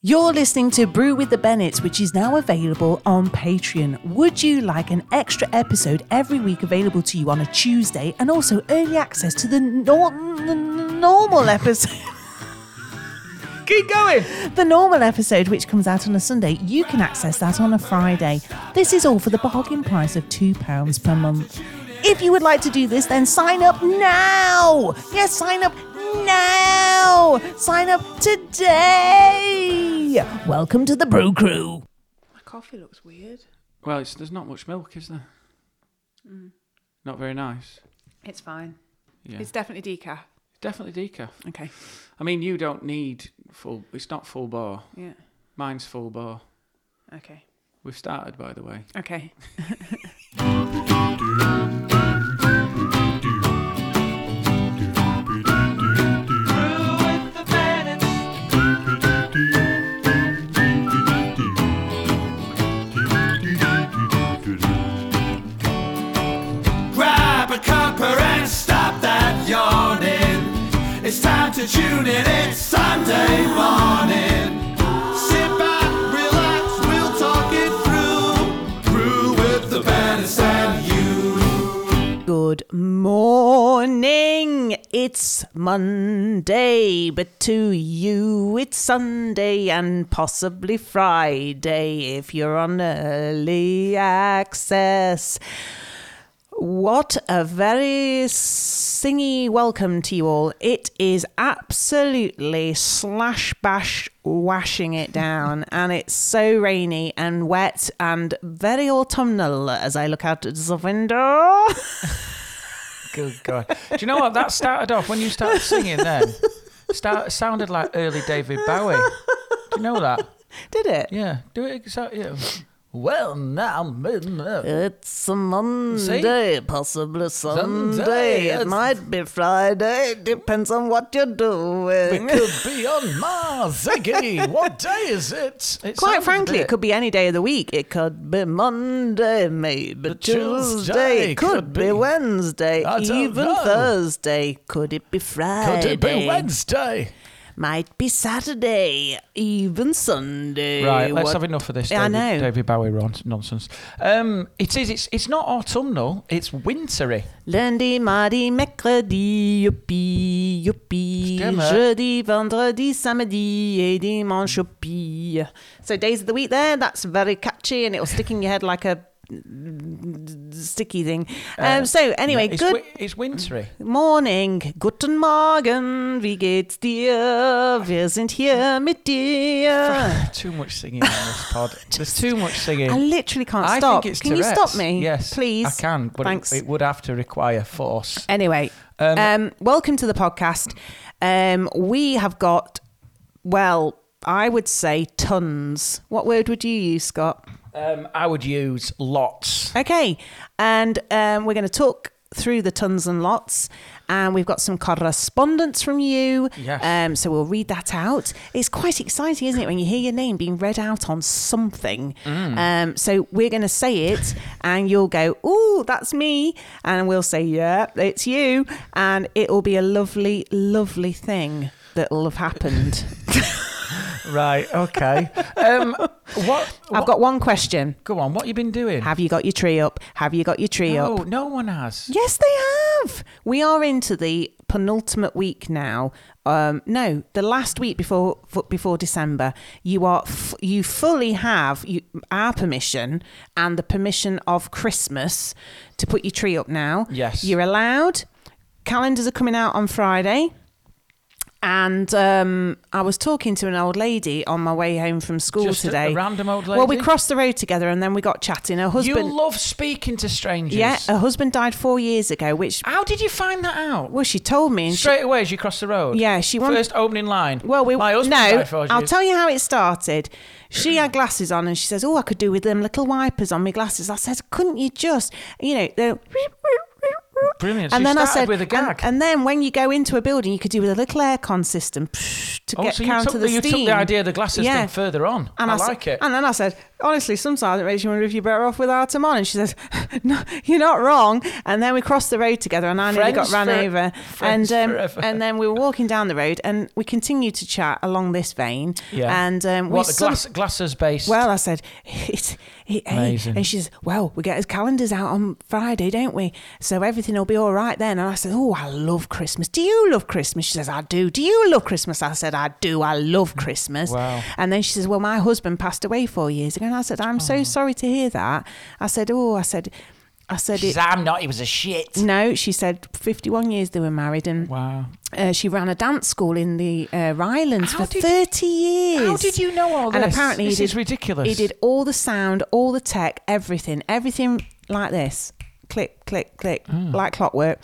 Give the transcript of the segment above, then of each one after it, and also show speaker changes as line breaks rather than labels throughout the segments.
You're listening to Brew with the Bennetts, which is now available on Patreon. Would you like an extra episode every week available to you on a Tuesday and also early access to the, nor- n- normal episode?
Keep going.
The normal episode, which comes out on a Sunday, you can access that on a Friday. This is all for the bargain price of £2 per month. If you would like to do this, then sign up now! Yes, sign up now! Sign up today! Welcome to the Brew Crew.
My coffee looks weird.
Well, it's, there's not much milk, is there? Not very nice.
It's fine.
Yeah.
It's definitely decaf.
Definitely decaf.
Okay.
I mean, you don't need full. It's not full bar.
Yeah.
Mine's full bar.
Okay.
We've started, by the way.
Okay.
Grab a cuppa and stop that yawning. It's time to tune in, it's Sunday morning. Sit back, relax, we'll talk it through. Through with the Venice and you.
Good morning. It's Monday, but to you it's Sunday and possibly Friday if you're on early access. What a very singy welcome to you all. It is absolutely slash bash washing it down, and it's so rainy and wet and very autumnal as I look out the window.
Good God. Do you know what? That started off when you started singing then. Start, sounded like early David Bowie. Do you know that?
Did it?
Yeah. Do it exactly. Yeah. Well, now I'm in love.
It's a Monday, possibly Sunday. It
it's-
might be Friday. Depends on what you're doing.
Could be on Mars. Ziggy, what day is it? It
Quite
sounds a
frankly,
bit-
it could be any day of the week. It could be Monday, maybe Tuesday.
Tuesday,
Could,
could
be,
be.
Wednesday,
I don't
even
know.
Thursday. Could it be Friday?
Wednesday?
Might be Saturday, even Sunday.
Right, let's
What-
have enough of this. David,
Yeah, I know.
David Bowie ron- nonsense. Um, it is. It's. It's not autumnal. It's wintry.
Lundi, mardi, mercredi, youpi, youpi.
Stemmer.
Jeudi, vendredi, samedi, et dimanche, youpi. So days of the week there, that's very catchy and it'll stick in your head like a sticky thing. Um, so anyway,
Uh, it's
good
wi- it's wintry.
Morning, guten Morgen, wie geht's dir? Wir sind hier mit dir.
too much singing on this pod. There's too much singing.
Uh. I literally can't
I
stop.
think it's
can you
Tourette's.
stop me?
Yes,
please.
I can, but
Thanks.
it, it would have to require force.
Anyway, um,
Um,
welcome to the podcast. Um, we have got, well, I would say tons. What word would you use, Scott?
Um, I would use lots.
Okay, and um, we're going to talk through the tons and lots. And we've got some correspondence from you.
Yes.
Um, so we'll read that out. It's quite exciting, isn't it, when you hear your name being read out on something?
Mm.
Um, so we're going to say it, and you'll go, "Ooh, that's me," and we'll say, "Yeah, it's you," and it will be a lovely, lovely thing that'll have happened.
Right. Okay. um, what?
I've got one question:
Go on. What you been doing?
Have you got your tree up? Have you got your tree up?
no, no one has.
Yes, they have. We are into the penultimate week now. Um, no, the last week before f- before December. You are f- you fully have you, our permission and the permission of Christmas to put your tree up now.
Yes.
you're allowed. Calendars are coming out on Friday. And um, I was talking to an old lady on my way home from school
Just a- a
today.
random old
Well, we
lady?
crossed the road together and then we got chatting. Her husband.
you love speaking to strangers.
yeah, Oh. her husband died four years ago, which,
How did you find that out?
well, she told me. And she-
Straight away as you cross the road.
Yeah, she wanted-
First opening line.
Well, we
My husband
no.
died four
I'll
years.
tell you how it started. She had glasses on, and she says, "Oh, I could do with them little wipers on my glasses." I said, "Couldn't you just, you know?" they're- And
Brilliant. So you
then I
started
said,
with a
and-
gag.
And, then when you go into a building, you could do with a little aircon system psh, to
Oh,
get
so you
counter
took,
the
you
steam.
took the idea of the glasses
Yeah.
thing further on.
And
I,
s-
like it.
And then I said, honestly, sometimes it makes you wonder if you're better off without them on. And she says, no, you're not wrong. And then we crossed the road together, and I nearly got
Friends
ran
for-
over.
friends
And um,
forever.
and then we were walking down the road, and we continued to chat along this vein.
yeah.
And um, we
what the
some-
glass, glasses based?
well, I said, it's it, hey,"
Amazing.
And she says, well, we get his calendars out on Friday, don't we? So everything will be all right then. And I said, oh, I love Christmas. Do you love Christmas? She says, I do. Do you love Christmas? I said, I do. I love Christmas.
Mm. Wow.
And then she says, well, my husband passed away four years ago. And I said, I'm
Oh.
so sorry to hear that. I said, oh, I said, I said,
She
it,
says, I'm not. It was a shit.
no, she said 51 years they were married and
Wow.
uh, she ran a dance school in the uh, Rylands
How
for
did-
30 years.
How did you know all
And
this?
apparently he
This
did,
is ridiculous.
He did all the sound, all the tech, everything, everything like this. Click, click, click,
Hmm.
like clockwork.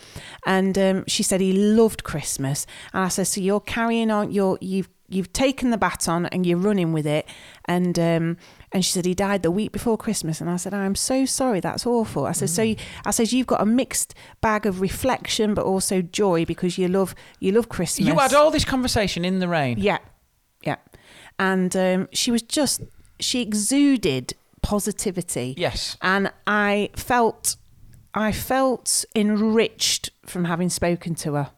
And um, she said he loved Christmas. And I said, so you're carrying on. You're you've you've taken the baton and you're running with it. And um, and she said he died the week before Christmas. And I said, I'm so sorry. That's awful. I said, so
Hmm.
you, I said you've got a mixed bag of reflection, but also joy because you love you love Christmas.
You had all this conversation in the rain.
Yeah, yeah. And um, she was just, she exuded positivity.
Yes.
And I felt, I felt enriched from having spoken to her.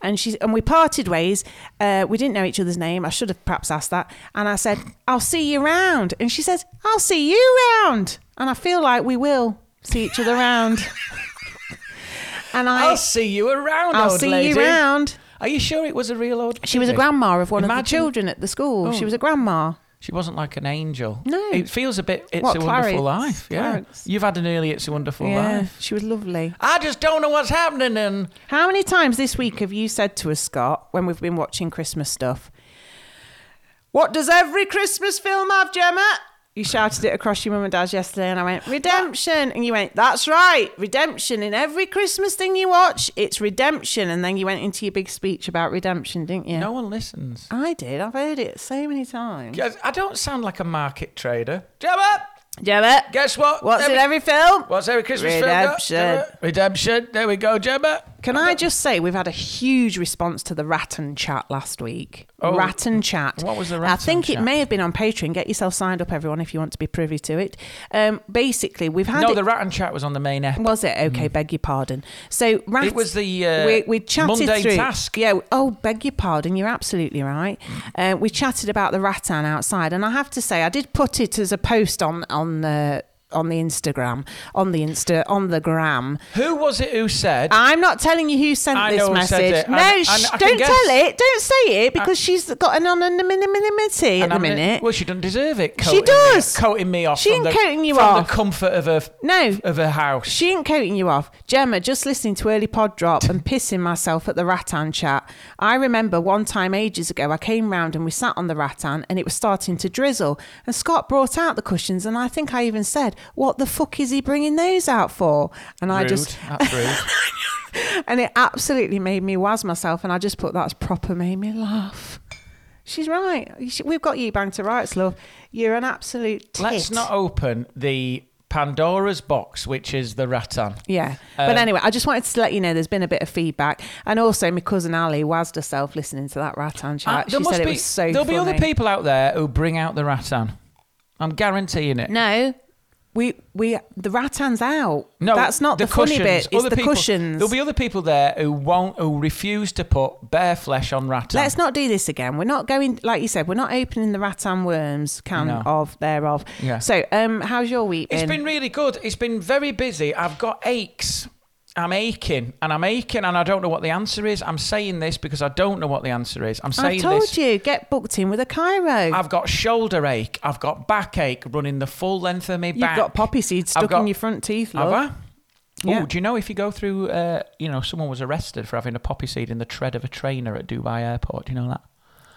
And she and we parted ways. Uh, we didn't know each other's name. I should have perhaps asked that. And I said, "I'll see you round." And she says, "I'll see you round." And I feel like we will see each other round. and I,
I'll see you around,
I'll
Oh, old
see
lady.
you round.
Are you sure it was a real old?
She was a
lady?
grandma of one of
Imagine- Oh.
the children at the school. She was a grandma.
She wasn't like an angel.
No.
It feels a bit. It's
What,
a
Clarence?
wonderful life. Yeah.
Clarence.
You've had an early. It's a wonderful
Yeah,
life.
she was lovely.
I just don't know what's happening, and
How many times this week have you said to us, Scott, when we've been watching Christmas stuff, What does every Christmas film have, Gemma? You shouted it across your mum and dad's yesterday, and I went, Redemption. And you went, That's right, redemption. In every Christmas thing you watch, it's redemption. And then you went into your big speech about redemption, didn't you?
no one listens.
I did. I've heard it so many times.
Yes, I don't sound like a market trader. Gemma,
Gemma,
guess what?
what's
Every-
in every film?
What's every Christmas
Redemption.
film? got? Gemma? Redemption. There we go, Gemma.
Can I just say we've had a huge response to the rat and chat last week.
Oh.
rat and chat.
What was the
I
Rat
think
and
it
Chat?
may have been on Patreon. Get yourself signed up, everyone, if you want to be privy to it. Um, basically, we've had
No,
it-
the rat and chat was on the main app.
was it okay? Beg your pardon. So rat,
It was the, uh,
we, we chatted
Monday
through.
task. Mm.
Yeah. Oh, beg your pardon. You're absolutely right. Uh, we chatted about the rattan outside, and I have to say, I did put it as a post on on the on the Instagram, on the Insta, on the gram.
Who was it who said?
I'm not telling you who sent
I
this
know who said
message.
it.
No,
And-
sh-
and I can
don't
guess-
tell it. Don't say it because she's got an anonymity at
And
the
I'm gonna-
minute.
Well, she doesn't deserve it.
She
Coating
does.
Me, coating me off.
She
from
ain't
the,
coating you
from
off.
the comfort of her.
No.
Of her house.
she ain't coating you off. Gemma, just listening to early pod drop and pissing myself at the rattan chat. I remember one time ages ago, I came round and we sat on the rattan and it was starting to drizzle. And Scott brought out the cushions and I think I even said, What the fuck is he bringing those out for? And I
rude.
just,
That's rude.
and it absolutely made me waz myself. And I just put that's proper made me laugh. She's right. You sh- We've got you banged to rights, love. You're an absolute. Tit.
Let's not open the Pandora's box, which is the rattan.
Yeah.
Um,
but anyway, I just wanted to let you know there's been a bit of feedback. And also, my cousin Ali wazzed herself listening to that rattan
Uh,
chat.
there
she
must
said
be,
it was so
There'll be other
funny.
people out there who bring out the rattan. I'm guaranteeing it.
No. We, we, the rattan's out.
No,
That's not the, funny bit. It's
Other
the
people-
cushions.
There'll be other people there who won't, who refuse to put bare flesh on rattan.
Let's not do this again. We're not going, like you said, we're not opening the rattan worms can
No.
of thereof.
Yeah.
So, um, how's your week
It's been really good. It's been very busy. I've got aches. I'm aching and I'm aching and I don't know what the answer is. I'm saying this because I don't know what the answer is.
I
I'm saying
told
this.
you, get booked in with a Cairo.
I've got shoulder ache. I've got backache running the full length of my
You've
back.
got poppy seeds
I've
stuck
got-
in your front teeth, love.
Have I?
Yeah.
Oh, do you know if you go through, uh, you know, someone was arrested for having a poppy seed in the tread of a trainer at Dubai Airport. Do you know that?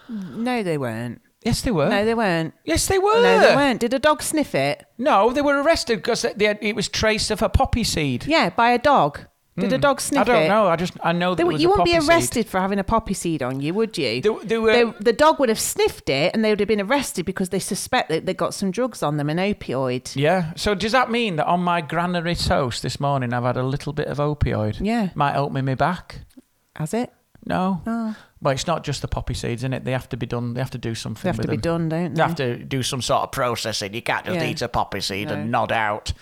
No, they weren't.
Yes, they were.
No, they weren't.
yes, they were.
No, they weren't. Did a dog sniff it?
No, they were arrested because it was trace of a poppy seed.
Yeah, by a dog. Did a dog sniff
Hmm. I don't
it?
know. I just I know that
They,
it
wou-
was
you
a
wouldn't be
poppy seed.
arrested for having a poppy seed on you, would you?
They- they were-
the dog would have sniffed it and they would have been arrested because they suspect that they got some drugs on them, an opioid.
Yeah. So does that mean that on my granary toast this morning I've had a little bit of opioid?
Yeah.
Might help me me back.
Has it?
No. Well, it's not just the poppy seeds, in it. They have to be done. They have to do something.
They have
with
to be done,
them.
don't
They
they?
have to do some sort of processing. You can't just
Yeah.
eat a poppy seed and
No.
nod out.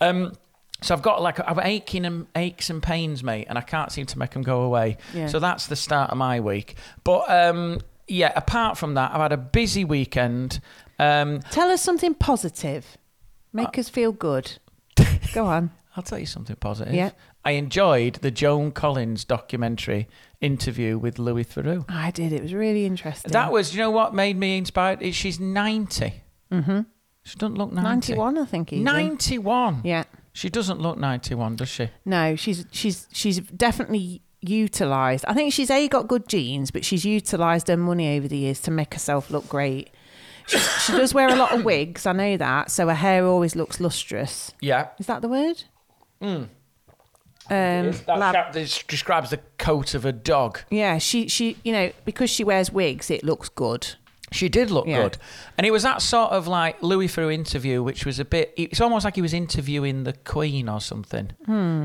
Um, so I've got like I've aching and aches and pains, mate, and I can't seem to make them go away.
Yeah.
So that's the start of my week. But um, yeah, apart from that, I've had a busy weekend. Um,
Tell us something positive. Make us feel good. Go on.
I'll tell you something positive.
Yeah.
I enjoyed the Joan Collins documentary interview with Louis Theroux.
I did. It was really interesting.
That was, you know what made me inspired? Is she's 90. Mm-hmm. She doesn't look 90.
91, I think. Even.
91.
Yeah.
She doesn't look 91, does she?
No, she's she's she's definitely utilized. I think she's a got good genes, but she's utilized her money over the years to make herself look great. She, she does wear a lot of wigs. I know that, so her hair always looks lustrous.
Yeah.
Is that the word? Hmm. Mm. Um,
That
lab-
chapter describes the coat of a dog.
yeah, she she you know because she wears wigs, it looks good.
She did look
Yeah.
good. And it was that sort of like Louis Theroux interview, which was a bit, it's almost like he was interviewing the Queen or something.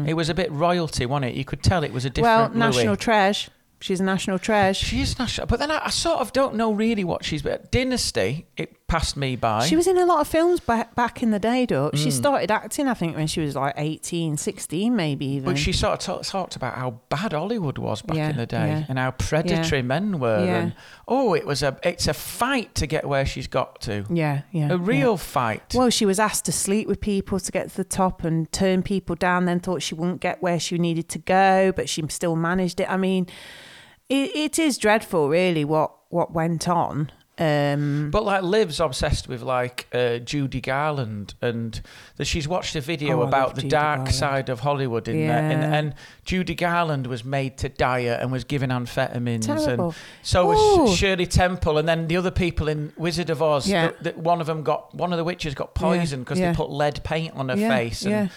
It was a bit royalty, wasn't it? You could tell it was a
Hmm. well,
different Louis.
national treasure. She's a national treasure. She,
She is national, but then I, I sort of don't know really what she's. But Dynasty, it passed me by.
was in a lot of films back, back in the day, though.
Mm.
She started acting, I think, when she was like 18, 16, maybe even.
but she sort of ta- talked about how bad Hollywood was back
Yeah,
in the day,
yeah.
and how predatory
Yeah.
men were,
Yeah.
and oh, it was a it's a fight to get where she's got to,
Yeah, yeah.
a
yeah.
real fight.
Well, she was asked to sleep with people to get to the top and turn people down, then thought she wouldn't get where she needed to go, but she still managed it. I mean, it, it is dreadful, really, what, what went on. Um,
But like Liv's obsessed with like uh, Judy Garland, and that she's watched a video
Oh, I love
about the
Judy
dark
Garland.
side of Hollywood in there, and,
Yeah.
and Judy Garland was made to diet and was given amphetamines,
Terrible.
and so was
Ooh.
Sh- Shirley Temple, and then the other people in Wizard of Oz.
Yeah.
th- th- one of them got one of the witches got poisoned because
yeah.
they put lead paint on her
Yeah,
face. And
yeah.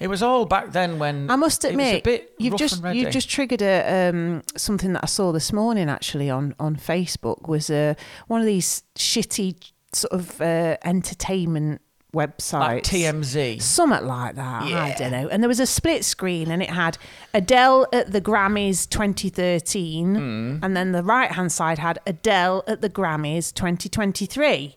It was all back then when
I must
Um, it was a
admit,
bit
you've
rough
just
and
you've
ready.
just triggered a um, something that I saw this morning actually on on Facebook was uh, one of these shitty sort of uh, entertainment websites
like TMZ.
Something like that. I
Yeah.
don't know. And there was a split screen and it had Adele at the Grammys 2013. And then the right hand side had Adele at the Grammys 2023.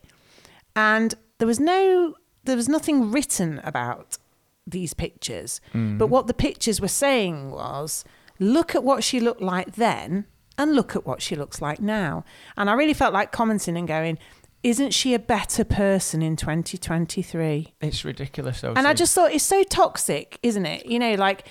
And there was no, there was nothing written about these pictures. But what the pictures were saying was look at what she looked like then and look at what she looks like now. And I really felt like commenting and going, isn't she a better person in 2023?
It's ridiculous, though.
And I
Sue.
just thought it's so toxic, isn't it? You know, like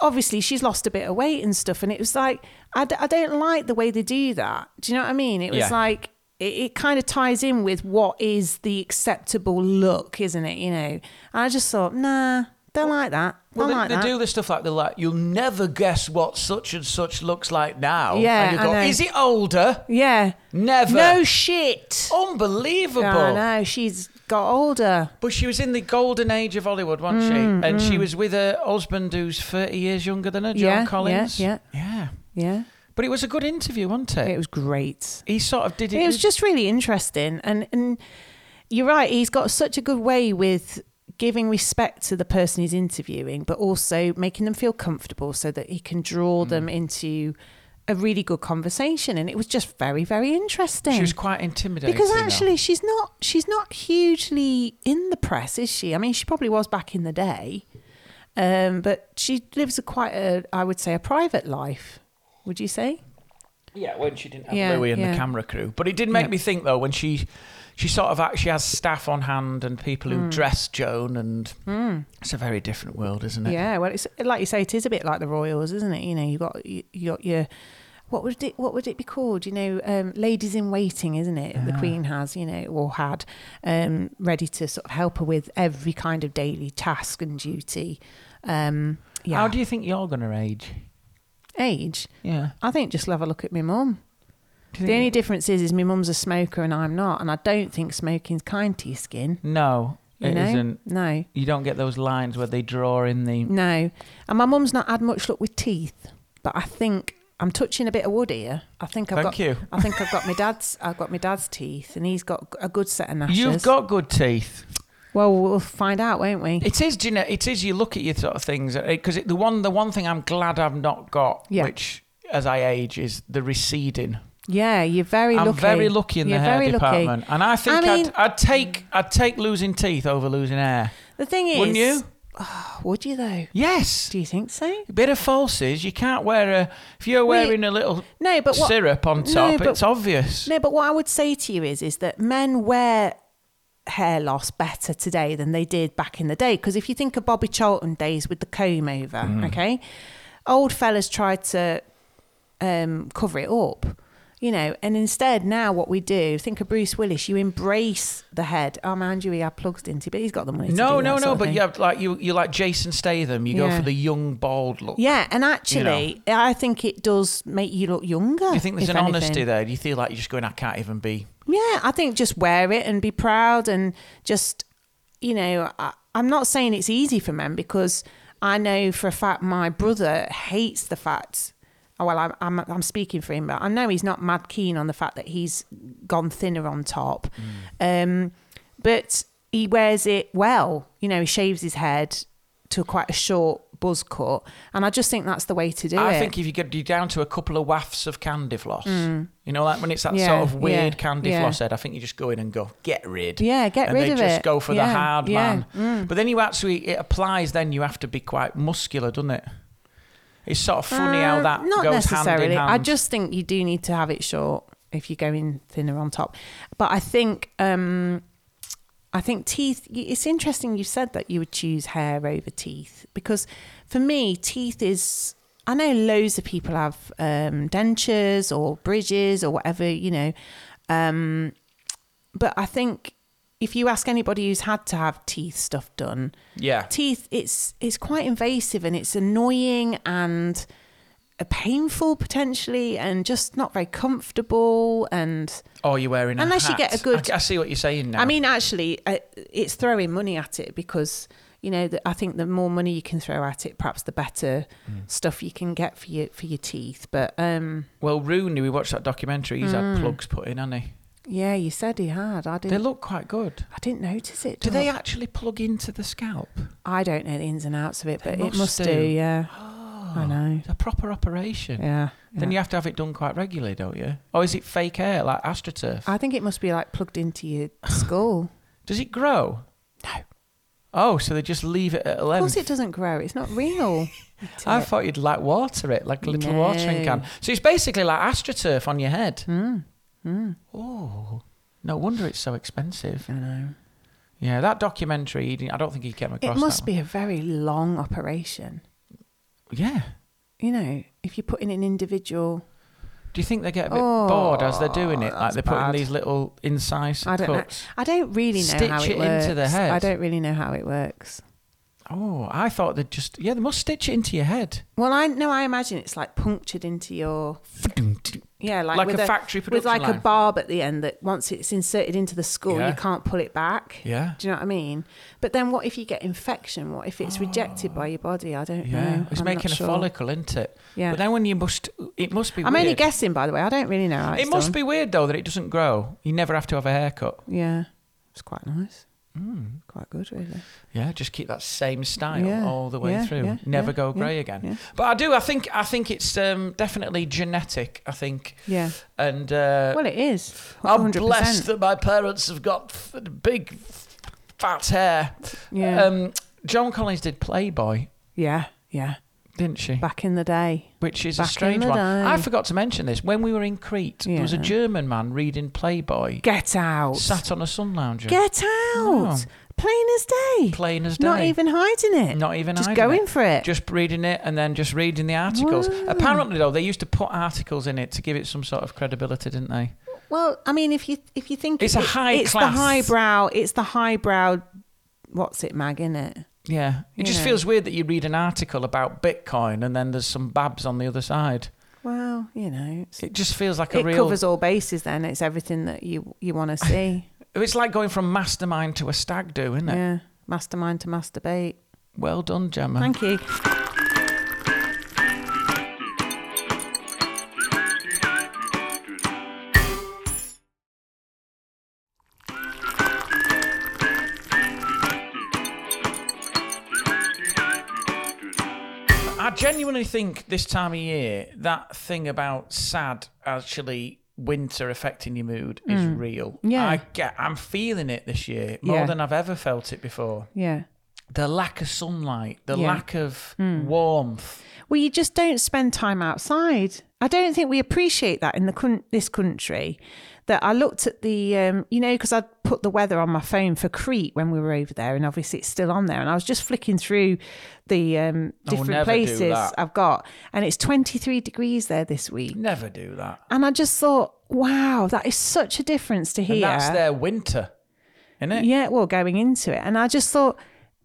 obviously she's lost a bit of weight and stuff, and it was like I, d- I don't like the way they do that. Do you know what I mean? It was
Yeah.
like it, it kind of ties in with what is the acceptable look, isn't it? You know, and I just thought, nah, don't like that.
Well,
don't
they,
like
they
that.
do the stuff like they're like, you'll never guess what such and such looks like now.
Yeah,
and you
I
go,
know.
is it older?
yeah,
Never.
no shit.
Unbelievable.
I know she's got older.
But she was in the golden age of Hollywood, wasn't
Mm,
she? And she was with her husband who's 30 years younger than her, John
Yeah, yeah,
Collins.
yeah.
Yeah.
Yeah,
But it was a good interview, wasn't it?
it was great.
he sort of did it.
it was just really interesting and and you're right he's got such a good way with giving respect to the person he's interviewing but also making them feel comfortable so that he can draw
Mm.
them into a really good conversation and it was just very very interesting
She was quite intimidating.
because
though.
actually she's not she's not hugely in the press is she i mean she probably was back in the day um, but she lives a quite a i would say a private life would you say
yeah, when she didn't have
Yeah,
Louis and
yeah.
the camera crew. But it did make
Yeah.
me think though when she. She sort of actually has staff on hand and people
Hmm.
who dress Joan, and it's a very different world, isn't it?
Yeah, well, it's like you say, it is a bit like the Royals, isn't it? You know, you got you, you got your what would it what would it be called? You know, um, ladies in waiting, isn't it? The Queen has, you know, or had um, ready to sort of help her with every kind of daily task and duty. Um, yeah.
How do you think you're going to age?
age?
Yeah.
I think just have a look at my mum.
Do you
The
think-
only difference is, is my mum's a smoker and I'm not, and I don't think smoking's kind to your skin.
No,
You
it
know?
not
No,
You don't get those lines where they draw in the.
no. And my mum's not had much luck with teeth, but I think I'm touching a bit of wood here. I think I've
Thank
got.
you.
I think I've got my dad's. I've got my dad's teeth, and he's got a good set of gnashes.
You've got good teeth.
Well, we'll find out, won't we?
It is, do you know, it is. You look at your sort of things uh, because the one, the one thing I'm glad I've not got,
Yeah.
which as I age is the receding.
yeah, you're very
I'm
lucky.
very lucky in
You're
the hair
very lucky.
department, and I think
I
I
mean-
would I'd take I'd take losing teeth over losing hair.
The thing is,
Wouldn't you?
Would you though?
Yes,
Do you think so?
a bit of falsies. You can't wear a if you're
Well, you-
wearing a little
No, but what?
syrup on
No,
top.
but-
it's obvious.
No, but what I would say to you is, is that men wear hair loss better today than they did back in the day. Because if you think of Bobby Charlton days with the comb over,
Mm-hmm.
okay, old fellas tried to um, cover it up, you know. And instead, now what we do, think of Bruce Willis. You embrace the head. Oh, mind you, he had plugs, didn't he? But he's got the money. to do
No,
that
no,
sort
no.
of
But
thing.
you have like you you like Jason Statham. You
Yeah.
go for the young bald look.
Yeah, and actually, I think it does make you look younger.
Do you think there's
if
an honesty
anything.
there? Do you feel like you're just going? I can't even be.
Yeah, I think just wear it and be proud and just, you know, I, I'm not saying it's easy for men because I know for a fact my brother hates the fact. oh, Well, I'm, I'm I'm speaking for him, but I know he's not mad keen on the fact that he's gone thinner on top.
Mm.
Um, but he wears it well. You know, he shaves his head to quite a short buzz cut, and I just think that's the way to do
I
it.
think if you get you down to a couple of wafts of candy floss, you know, like when it's that
Mm. Yeah,
sort of weird
yeah,
candy
yeah.
floss head, I think you just go in and go get rid.
Yeah, get
and
rid
they
of
just
it.
go for the
Yeah,
hard
yeah, Mm.
man. But then you actually it applies. Then you have to be quite muscular, doesn't it? It's sort of funny how
Uh,
that
not
goes
necessarily.
hand in hand.
I just think you do need to have it short if you're going thinner on top. But I think um, I think teeth. y- It's interesting you said that you would choose hair over teeth because for me, teeth is. I know loads of people have um, dentures or bridges or whatever you know, um, but I think if you ask anybody who's had to have teeth stuff done,
yeah.
teeth it's it's quite invasive and it's annoying and uh, painful potentially and just not very comfortable and
Or Oh, you're wearing a
Unless you get
hat.
a good-
I, I see what you're saying now.
i mean actually uh, it's throwing money at it because you know the, i think the more money you can throw at it perhaps the better
Hmm.
stuff you can get for your for your teeth but um
well, Rooney, we watched that documentary. He's
Mm.
had plugs put in, hasn't he?
yeah you said he had i
They
didn't
look quite good.
i didn't notice it
Do
Dom.
they actually plug into the scalp?
i don't know the ins and outs of it but it
must
must do,
do.
yeah i know
It's a proper operation.
yeah,
Then
yeah.
you have to have it done quite regularly, don't you? Or is it fake hair like AstroTurf?
i think it must be like plugged into your skull
Does it grow?
no
Oh, so they just leave it at a
Of
length.
course, it doesn't grow. It's not real.
I thought you'd like water it, like a little
No.
watering can. So it's basically like AstroTurf on your head.
Hmm.
Oh, no wonder it's so expensive.
I know.
Yeah, that documentary, he didn't- I don't think he came
It
across
must
that
be a very long operation.
one. Yeah.
You know, if you put in an individual,
Do you think they get a bit
Oh,
bored uh, as they're doing it? Like
that's
they're putting
bad.
these little incisive
I don't know.
cuts.
I don't really know how
Stitch
it
it
works.
into the head.
I don't really know how it works.
Oh, I thought they'd just yeah, they must stitch it into your head.
Well, I no, I imagine it's like punctured into your yeah, like,
Like
with
a factory
with
production
like a
line.
barb at the end that once it's inserted into the skull,
Yeah.
you can't pull it back.
Yeah.
Do you know what I mean? But then, what if you get infection? What if it's rejected by your body? I don't
Yeah,
know.
it's
I'm not
making a
sure.
follicle, isn't it?
Yeah.
But then when you must, it must be.
I'm
weird.
only guessing, by the way. I don't really know. How
It
it's
must
done.
be weird though that it doesn't grow. You never have to have a haircut.
Yeah, it's quite nice.
Hmm.
Quite good, really.
Yeah, just keep that same style
Yeah,
all the way
yeah,
through.
yeah,
never
yeah,
go
yeah,
grey again.
yeah.
But I do. I think. I think it's um, definitely genetic. I think.
Yeah.
And uh,
Well, it is.
I'm
100%.
blessed that my parents have got f- big, f- fat hair.
Yeah.
Um, Joan Collins did Playboy,
yeah, yeah.
didn't she?
Back in the day.
Which is
Back
a
in
strange
the
one. I
day.
forgot to mention this. When we were in Crete, there was a
Yeah.
German man reading Playboy
Get out.
sat on a sun lounger.
Get out.
Oh.
Plain as day.
Plain as
Not
day.
even hiding it.
Not even
Just
hiding
going for it.
Just reading it and then just reading the articles.
Wow.
Apparently, though, they used to put articles in it to give it some sort of credibility, didn't they?
Well, I mean, if you if you think
It's a
it-
high
it's
class.
the highbrow, it's the highbrow. What's it, mag? In it.
Yeah. It
You
just
know.
feels weird that you read an article about Bitcoin and then there's some babs on the other side.
Well, you know, it's,
It just feels like a
it
real.
covers all bases. Then it's everything that you you want to see.
It's like going from mastermind to a stag do, isn't it?
yeah, mastermind to masturbate.
Well done, Gemma.
Thank you.
I genuinely think this time of year, that thing about sad actually winter affecting your mood is real.
Hmm. Yeah.
I get, I'm feeling it this year more
Yeah.
than I've ever felt it before.
Yeah.
The lack of sunlight, the
Yeah. Hmm.
lack of warmth.
Well, you just don't spend time outside. I don't think we appreciate that in the coun- this country. That I looked at the, um, you know, because I'd put the weather on my phone for Crete when we were over there, and obviously it's still on there. And I was just flicking through the um, different
never do
places
that.
I've got, and it's 23 degrees there this week.
Never do that.
And I just thought, wow, that is such a difference to
And
here.
that's their winter, isn't it?
Yeah, well, going into it, and I just thought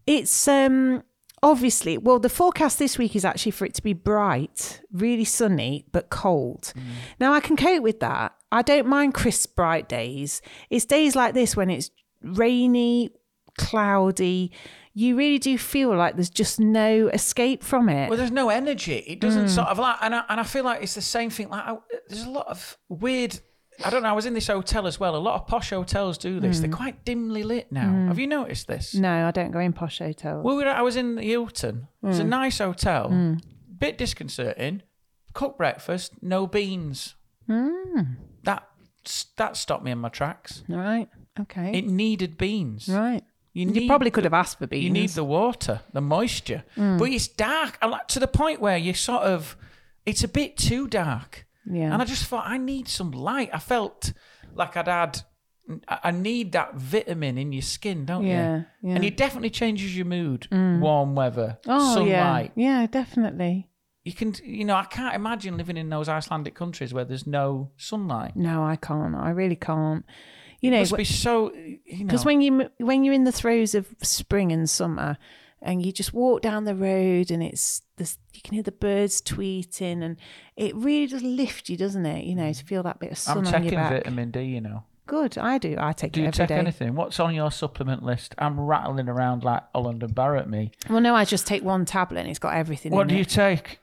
it's um obviously well the forecast this week is actually for it to be bright, really sunny but cold. Now I can cope with that. I don't mind crisp bright days. It's days like this when it's rainy, cloudy. You really do feel like there's just no escape from it.
Well, there's no energy. It doesn't
Hmm.
sort of like, and I, and I feel like it's the same thing. Like, I, there's a lot of weird. I don't know. I was in this hotel as well. A lot of posh hotels do this.
Hmm.
They're quite dimly lit now. Have you noticed this?
no, I don't go in posh hotels.
Well, we were, I was in Hilton. It
Hmm.
was a nice hotel. Bit disconcerting. Cooked breakfast, no beans.
Hmm.
That that stopped me in my tracks.
right? Okay.
It needed beans.
Hmm. right.
You,
You
need-
probably could have asked for beans.
you need the water, the moisture.
Mm.
But it's dark, and like, to the point where you sort of, it's a bit too dark.
Yeah.
And I just thought, I need some light. I felt like I'd had, I I need that vitamin in your skin, don't
Yeah,
you?
yeah. Mm.
And it definitely changes your mood. Warm weather,
oh
sunlight.
yeah, yeah, definitely.
You can, you know, I can't imagine living in those Icelandic countries where there's no sunlight.
No, I can't. I really can't. You know,
must be so, you know.
because when you when you're in the throes of spring and summer, and you just walk down the road, and it's this, you can hear the birds tweeting, and it really does lift you, doesn't it? You know, to feel that bit of sun
I'm
on
taking
your back.
vitamin D, you know.
Good, I do. I take it
Do you
every day.
take anything? What's on your supplement list? I'm rattling around like Holland and Barrett me.
Well, no, I just take one tablet, and it's got everything.
What
in
do you
it.
take?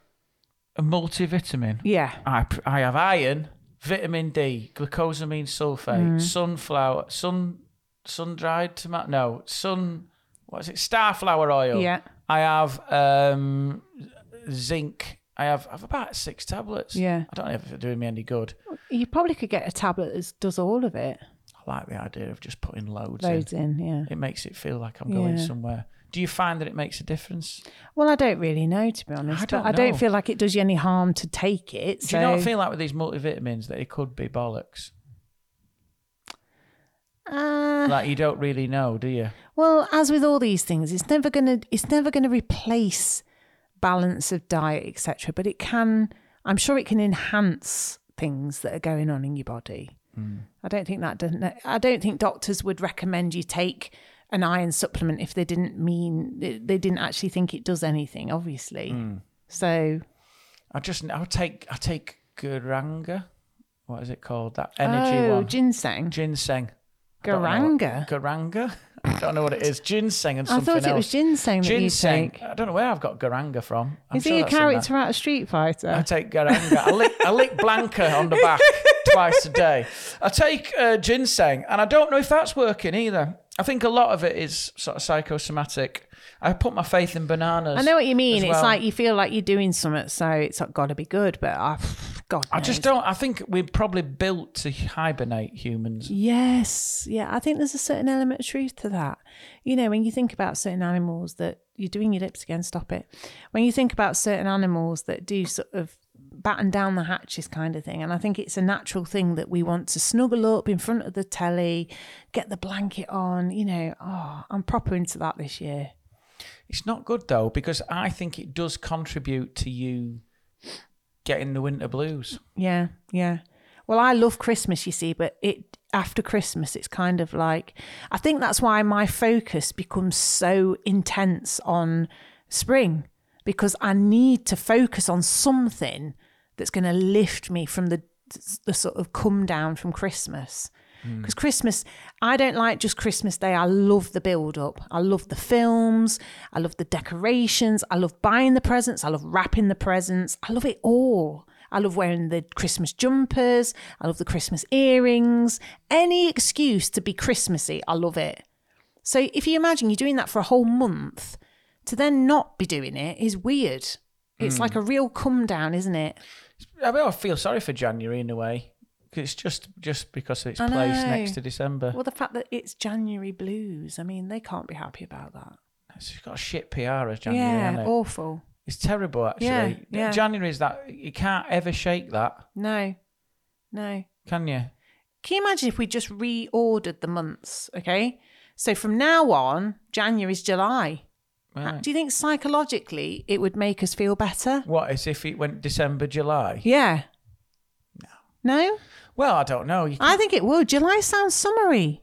A multivitamin.
yeah,
I pr- I have iron, vitamin D, glucosamine sulfate,
Mm.
sunflower, sun sun dried tomato. No, sun. What is it? Starflower oil.
Yeah.
I have um, zinc. I have I have about six tablets.
Yeah.
I don't know if they're doing me any good.
you probably could get a tablet that does all of it.
I like the idea of just putting loads,
Loads in, yeah.
in. It makes it feel like I'm going
Yeah.
somewhere. Do you find that it makes a difference?
Well, I don't really know, to be honest.
I
but
don't
I don't
know.
feel like it does you any harm to take it.
Do you not
so-
feel like with these multivitamins that it could be bollocks?
Uh,
Like you don't really know, do you?
Well, as with all these things, it's never gonna it's never gonna replace balance of diet, etc. But it can, I'm sure, it can enhance things that are going on in your body.
Hmm.
I don't think that doesn't. I don't think doctors would recommend you take an iron supplement if they didn't mean they didn't actually think it does anything. Obviously,
Hmm.
so
I just I take I take Garanga. What is it called? That energy
oh,
one.
ginseng,
ginseng. I don't know what-
garanga.
Garanga. I don't know what it is. Ginseng and
I
something
thought it was
else.
ginseng that you
Ginseng.
take.
I don't know where I've got Garanga from. I'm
Is
sure
he a
that's in there.
character out of Street Fighter?
I take Garanga. I lick I lick Blanca on the back twice a day. I take uh, ginseng, and I don't know if that's working either. I think a lot of it is sort of psychosomatic. I put my faith in bananas.
I know what you mean.
as
It's
well.
like you feel like you're doing something, so it's got to be good. But I, God,
I just
knows.
don't. I think we're probably built to hibernate humans.
Yes, yeah. I think there's a certain element of truth to that. You know, when you think about certain animals that you're doing your lips again, stop it. When you think about certain animals that do sort of batten down the hatches kind of thing. And I think it's a natural thing that we want to snuggle up in front of the telly, get the blanket on. You know, oh, I'm proper into that this year.
It's not good though because I think it does contribute to you getting the winter blues.
Yeah, yeah. Well, I love Christmas, you see, but it after Christmas, it's kind of like I think that's why my focus becomes so intense on spring because I need to focus on something that's going to lift me from the the sort of come down from Christmas. Because Christmas, I don't like just Christmas Day. I love the build up. I love the films. I love the decorations. I love buying the presents. I love wrapping the presents. I love it all. I love wearing the Christmas jumpers. I love the Christmas earrings. Any excuse to be Christmassy, I love it. So if you imagine you're doing that for a whole month, to then not be doing it is weird. It's like a real come down, isn't it?
I mean, I feel sorry for January in a way. 'cause It's just just because of its
I
place
know.
next to December.
Well, the fact that it's January blues, I mean, they can't be happy about that.
It's got a shit PR as January,
yeah,
hasn't it?
awful.
It's terrible actually.
Yeah, yeah.
January is that you can't ever shake that,
No, no.
can you?
Can you imagine if we just reordered the months? Okay. So from now on, January's July.
Right.
Do you think psychologically it would make us feel better?
What as if it went December, July?
Yeah. No. No?
Well, I don't know. You,
I think it would. July sounds summery.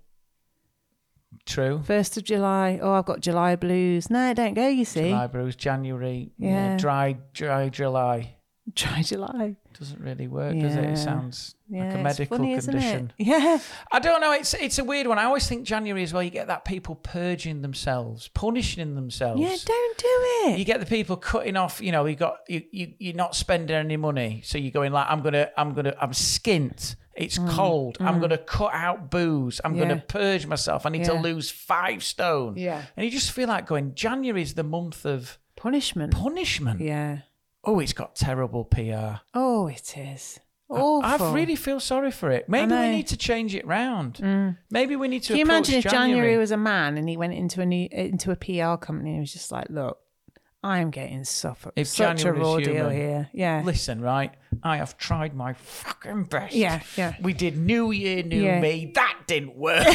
true.
First of July. Oh, I've got July blues. No, don't go, you see.
July brews, January, yeah.
Yeah.
dry, dry July.
Try July.
Doesn't really work, does it?
Yeah.
It sounds
Yeah,
like a
it's
medical
funny, isn't it?
condition.
Yeah.
I don't know. It's it's a weird one. I always think January is where you get that people purging themselves, punishing themselves.
Yeah, don't do
you
it.
get the people cutting off. You know, you got you, you you're not spending any money, so you're going like, I'm gonna, I'm gonna, I'm skint. It's cold. I'm gonna cut out booze. I'm
Mm, Yeah.
gonna purge myself. I need to
Yeah.
lose five stone.
Yeah.
and you just feel like going. January's the month of
Punishment.
punishment.
yeah.
Oh, it's got terrible PR.
Oh, it is. Awful.
I I really feel sorry for it. Maybe we
know. Mm.
need to change it round. Maybe we need to.
Can you
approach
imagine if January.
January
was a man and he went into a new into a PR company and he was just like, "Look, I am getting suffer-
If
such a
January was
raw deal
human,
here." Yeah,
Listen, right? I have tried my fucking best.
Yeah, yeah.
We did New Year, New
Yeah.
Me. That didn't work.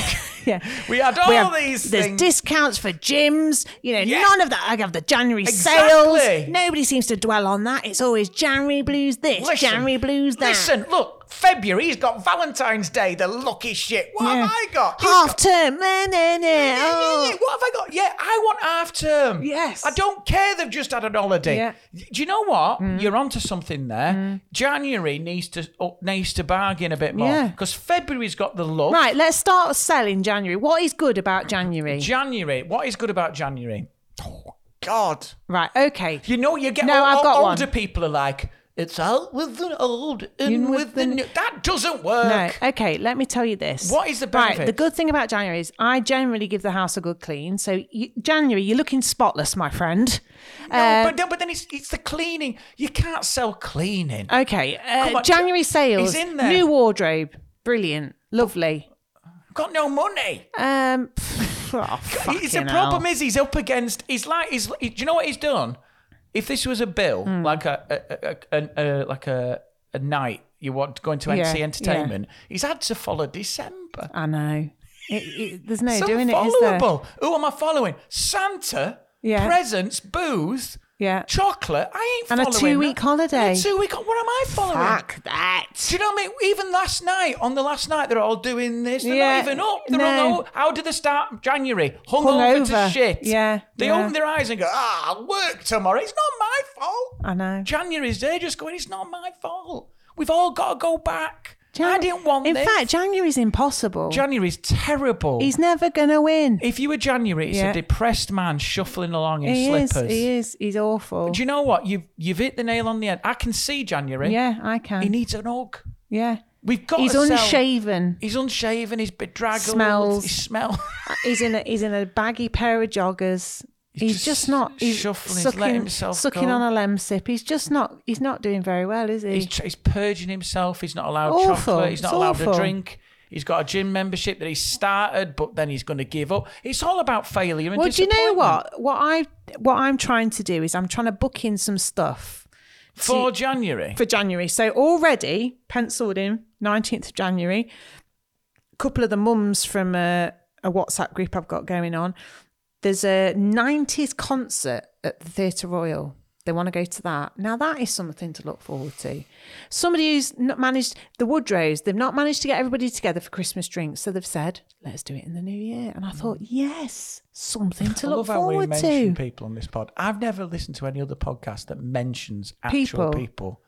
yeah.
we had all
We have-
these
there's
things.
discounts for gyms. You know,
Yeah.
none of that. I have the January sales.
Exactly.
Nobody seems to dwell on that. It's always January blues. This
Listen,
January blues. That.
Listen, look, February's got Valentine's Day, the lucky shit. What
Yeah.
have I got? He's
Half
got-
term. Nah, nah, nah.
Yeah, yeah,
Oh.
yeah. What have I got? Yeah, I want half term.
Yes.
I don't care they've just had an holiday.
Yeah. Mm.
Do you know what? You're onto something there. January needs to up- needs to bargain a bit more
Yeah.
because February's got the love.
Right, let's start selling January. What is good about January?
January. What is good about January? Oh God.
right, okay.
You know, you get
No,
all-
I've
all-
got one.
older people are like, it's out with the old, in,
In
with,
with
the
the
new. That doesn't work.
No, okay, let me tell you this.
What is the
Right,
benefit?
the good thing about January is I generally give the house a good clean. So you, January, you're looking spotless, my friend. Uh,
No, Oh, but, then- but then it's it's the cleaning. You can't sell cleaning.
Okay,
Come
uh,
on,
January sales,
he's in there.
new wardrobe, brilliant, lovely.
I've got no money.
Um, pff, oh,
It's the
fucking
problem
hell.
is he's up against. He's like he's. he- do you know what he's done? If this was a bill,
Hmm.
like a, a, a, a, a like a a night you want going to
Yeah,
NC
yeah.
Entertainment, he's had to follow December.
I know. It, it, there's no
so
doing it, is there?
followable. Who am I following? Santa,
Yeah.
presents, booze,
Yeah.
chocolate. I ain't
And a
following
two-week
that.
holiday.
And a two week. What am I following?
Fuck that.
Do you know what I mean? Even last night, on the last night, they're all doing this. They're
Yeah,
not even up. They're
no.
all, how do they start January? Hung over to
Hungover.
shit.
Yeah,
They
yeah.
open their eyes and go, ah, I'll work tomorrow. It's not my fault.
I know.
January's there just going, it's not my fault. We've all got to go back. I
Jan-
didn't want
In
this.
fact, January's impossible.
January's terrible.
He's never gonna win.
If you were January, it's a
Yeah.
depressed man shuffling along in
He is.
slippers.
He is. He's awful.
Do you know what? You've you've hit the nail on the head. I can see January.
yeah, I can.
He needs an hug.
yeah.
We've got.
He's
to sell-
unshaven.
He's unshaven. He's bedraggled.
Smells.
He smells.
He's in a he's in a baggy pair of joggers. He's,
just
just, not he's
shuffling, he's letting
sucking,
himself
sucking
go.
on a lem sip. He's just not he's not doing very well, is he?
he's, tr- he's purging himself. He's not allowed
Awful.
chocolate. He's not
It's
allowed
awful.
to drink. He's got a gym membership that he started, but then he's going to give up. It's all about failure and
well, do you know
disappointment.
what? What I what I'm trying to do is I'm trying to book in some stuff
for January.
for January. So already penciled in 19th of January. A couple of the mums from a, a WhatsApp group I've got going on. There's a 90s concert at the Theatre Royal. They want to go to that. Now that is something to look forward to. Somebody who's not managed the Woodrows, they've not managed to get everybody together for Christmas drinks, so they've said, "Let's do it in the new year." And I thought, yes, something to
Mm. I
look
love how we
forward
mention
to.
people on this pod. I've never listened to any other podcast that mentions actual
People.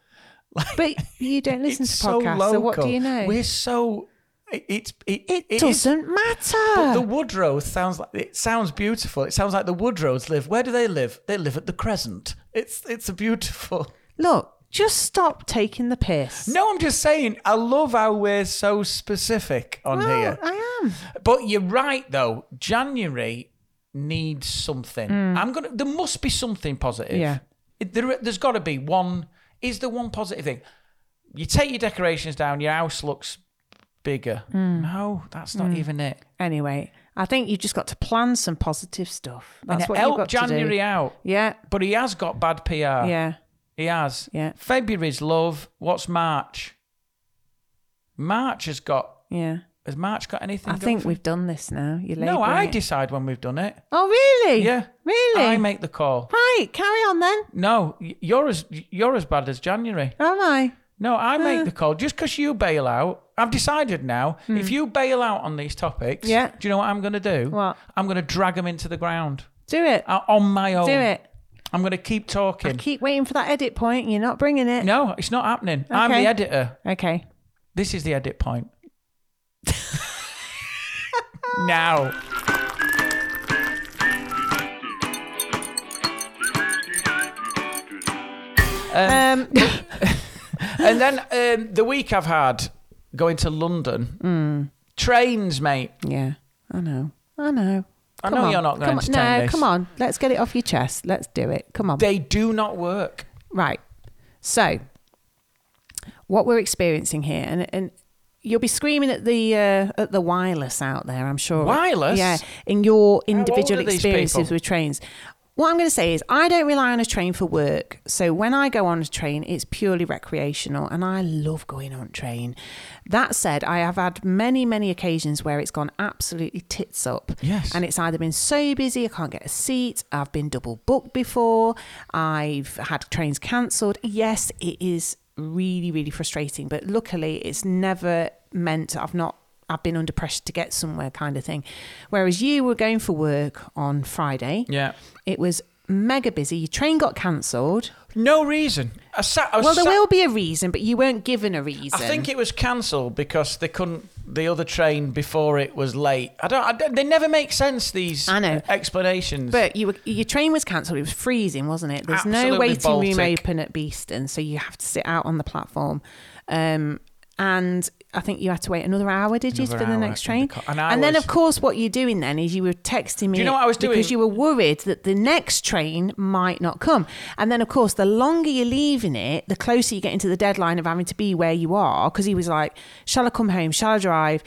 people.
But you don't listen to
It's so
podcasts,
local.
so what do you know?
We're so it, it's it,
it,
it is-
doesn't matter.
but the Woodrows sounds like it sounds beautiful. It sounds like the Woodrows live. Where do they live? They live at the Crescent. It's it's a beautiful.
Look, just stop taking the piss.
No, I'm just saying. I love how we're so specific on
Well, uh,
here.
I am.
But you're right though. January needs something. I'm gonna. There must be something positive.
Mm. Yeah.
It- There, there's got to be one. Is there one positive thing? You take your decorations down. Your house looks bigger.
Mm.
No, that's not even it.
Anyway, I think you've just got to plan some positive stuff. That's
And
what
help
you've got
January
to
out.
do. Yeah,
But he has got bad PR.
yeah.
He has.
Yeah.
February's love. What's March? March has got.
Yeah,
Has March got anything?
I
done
think
for-
we've done this now. You
No, I
did.
decide when we've done it.
Oh, really?
Yeah.
really.
I make the call.
right, carry on then.
No, y- you're as you're as bad as January.
Am I?
No, I make the call just because you bail out. I've decided now. If you bail out on these topics,
Hmm. Yeah.
do you know what I'm going to do?
What?
I'm going to drag them into the ground
Do it.
uh, on my own.
do it.
I'm going to keep
I
talking.
keep waiting for that edit point. You're not bringing it.
No, it's not happening. I'm
Okay.
the editor.
Okay.
This is the edit point. now.
Um.
And then um, the week I've had going to London,
Hmm.
trains, mate.
yeah. I know. I know.
I
Come
know
on.
you're not gonna
come on.
entertain
No,
this.
come on. Let's get it off your chest. Let's do it. Come on.
They do not work.
Right. So, what we're experiencing here, and and you'll be screaming at the uh, at the wireless out there, I'm sure.
Wireless?
Yeah, in your
old
individual
are these
experiences
people?
with trains. What I'm going to say is, I don't rely on a train for work. So when I go on a train, it's purely recreational, and I love going on train. That said, I have had many, many occasions where it's gone absolutely tits up.
Yes.
And it's either been so busy I can't get a seat, I've been double booked before, I've had trains cancelled. Yes, it is really, really frustrating, but luckily it's never meant I've not I've been under pressure to get somewhere kind of thing. Whereas you were going for work on Friday.
Yeah.
It was mega busy. Your train got cancelled.
No reason. I sat, I was
Well, there
sat-
will be a reason, but you weren't given a reason.
I think it was cancelled because they couldn't. The other train before it was late. I don't. I don't- they never make sense. These
I know.
explanations.
But you were, your train was cancelled. It was freezing, wasn't it? There's no
Absolutely
waiting room
Baltic.
open at Beeston, so you have to sit out on the platform. Um, and I think you had to wait another hour, did you,
Another
for the
hour
next
in the
train?
car.
and
And I
then,
was-
of course, what you're doing then is you were texting me.
you know what I was
Because
doing?
you were worried that the next train might not come. And then, of course, the longer you're leaving it, the closer you get into the deadline of having to be where you are. Because he was like, "Shall I come home? Shall I drive?"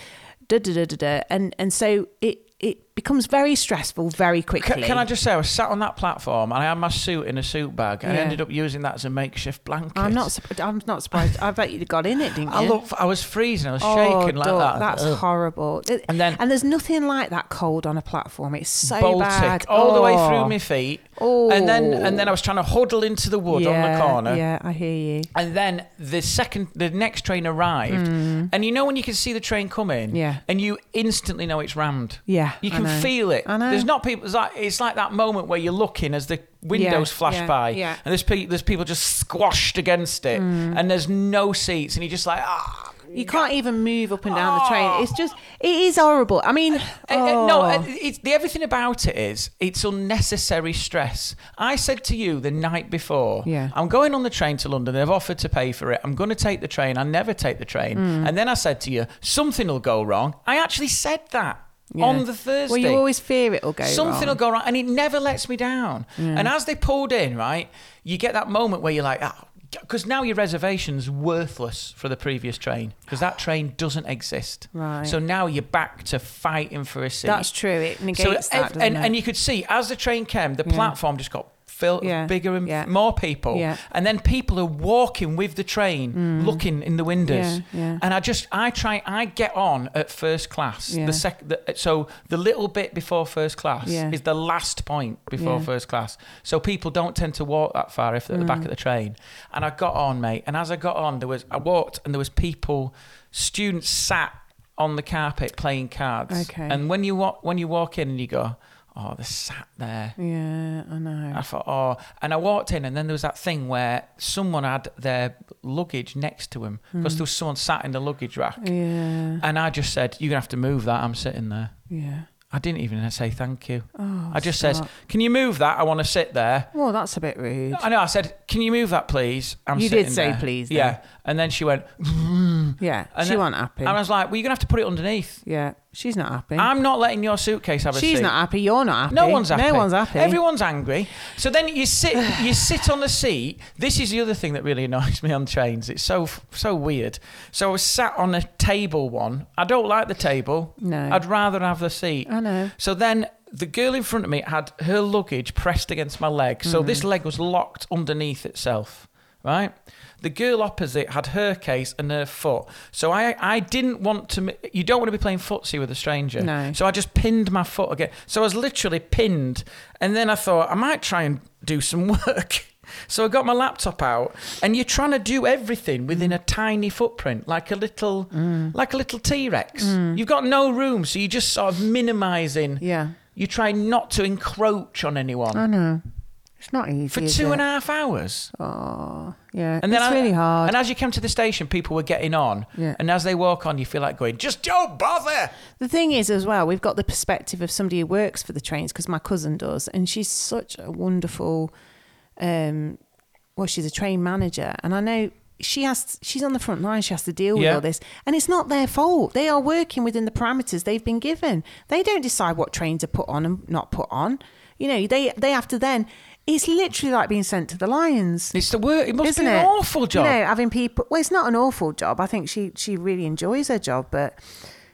Da da da da da. And and so it. It becomes very stressful very quickly.
Can, can I just say, I was sat on that platform and I had my suit in a suit bag and
Yeah.
I ended up using that as a makeshift blanket.
I'm not. surp- I'm not surprised. I bet you'd got in it, didn't you?
I love. I was freezing. I was
Oh,
shaking like
dog,
that.
That's
Ugh.
horrible. It-
And then-
and there's nothing like that cold on a platform. It's so
Baltic
bad.
all the way
Oh.
through my feet. And then
Oh.
and then I was trying to huddle into the wood on
Yeah,
the corner.
Yeah, I hear you.
And then the second, the next train arrived, and you know when you can see the train coming,
Hmm. Yeah.
and you instantly know it's rammed.
Yeah,
you
I
can
know.
feel it.
I know.
There's not people. It's like, it's like that moment where you're looking as the windows
Yeah,
flash
yeah,
by,
yeah. Hmm.
and there's pe- there's people just squashed against it, and there's no seats, and you're just like, ah.
You can't even move up and down the train. It's just. It is horrible. I mean.
And- and Oh. Uh, no, uh,
oh.
and it's, the everything about it is it's unnecessary stress. I said to you the night before,
Yeah.
I'm going on the train to London. They've offered to pay for it. I'm going to take the train. I never take the train.
Mm.
And then I said to you, something will go wrong. I actually said that
Yeah.
on the Thursday.
Well, you always fear it'll go.
Something will
wrong.
go wrong, and it never lets me down. And as they pulled in, right, you get that moment where you're like, oh, because now your reservation's worthless for the previous train because that train doesn't exist.
Right.
So now you're back to fighting for a seat.
That's true. It negates that.
ev-
doesn't
and,
it?
and you could see as the train came, the platform just got fill,
Yeah.
bigger and
Yeah.
more people.
Yeah. Mm.
And then people are walking with the train, looking in the windows.
Yeah, yeah.
And I just, I try, I get on at first class.
Yeah.
The sec, the, so the little bit before first class
Yeah.
is the last point before
Yeah. Mm.
first class. So people don't tend to walk that far if they're at the back of the train. And I got on, mate. And as I got on, there was, I walked and there was people, students sat on the carpet playing cards.
Okay.
And when you walk, when you walk in and you go, oh, they're sat there.
Yeah, I know.
I thought, oh, and I walked in, and then there was that thing where someone had their luggage next to him because there was someone sat in the luggage rack,
Hmm. Yeah,
and I just said, "You're gonna have to move that. I'm sitting there."
yeah.
I didn't even say thank you.
Oh,
I just
stop.
says, "Can you move that? I want to sit there."
Well, that's a bit rude.
I know. I said, "Can you move that, please?" I'm
You did
sitting
say
there."
please, then.
Yeah, and then she went,
Yeah,
And
she
then-
wasn't happy.
and I was like, "Well, you're gonna have to put it underneath.
yeah, she's not happy.
I'm not letting your suitcase have a
she's
seat."
not happy. You're not happy.
No one's happy.
No one's happy.
Everyone's angry. So then you sit, you sit on the seat. This is the other thing that really annoys me on trains. It's so so weird. So I was sat on a table one. I don't like the table.
No.
I'd rather have the seat.
I know.
So then the girl in front of me had her luggage pressed against my leg. So this
Mm-hmm.
leg was locked underneath itself, right? The girl opposite had her case and her foot. So I, I didn't want to. m- You don't want to be playing footsie with a stranger.
No.
So I just pinned my foot again. So I was literally pinned. And then I thought, I might try and do some work. So I got my laptop out, and you're trying to do everything within a tiny footprint, like a little,
Mm.
like a little T Rex. You've got no room, so you're just sort of minimising.
Yeah.
you try not to encroach on anyone
I know. It's not easy.
for
is
two
it?
and a half hours.
Oh, yeah.
And
it's
I-
really hard.
And as you came to the station, people were getting on,
Yeah.
and as they walk on, you feel like going, "Just don't bother."
the thing is, as well, we've got the perspective of somebody who works for the trains because my cousin does, and she's such a wonderful. Um, well, she's a train manager, and I know she has. She's on the front line. She has to deal with
Yeah.
all this, and it's not their fault. They are working within the parameters they've been given. They don't decide what trains are put on and not put on. You know, they they have to then. It's literally like being sent to the lions.
It's the work. It must
isn't
be
it?
an awful job.
You know, having people. Well, it's not an awful job. I think she she really enjoys her job, but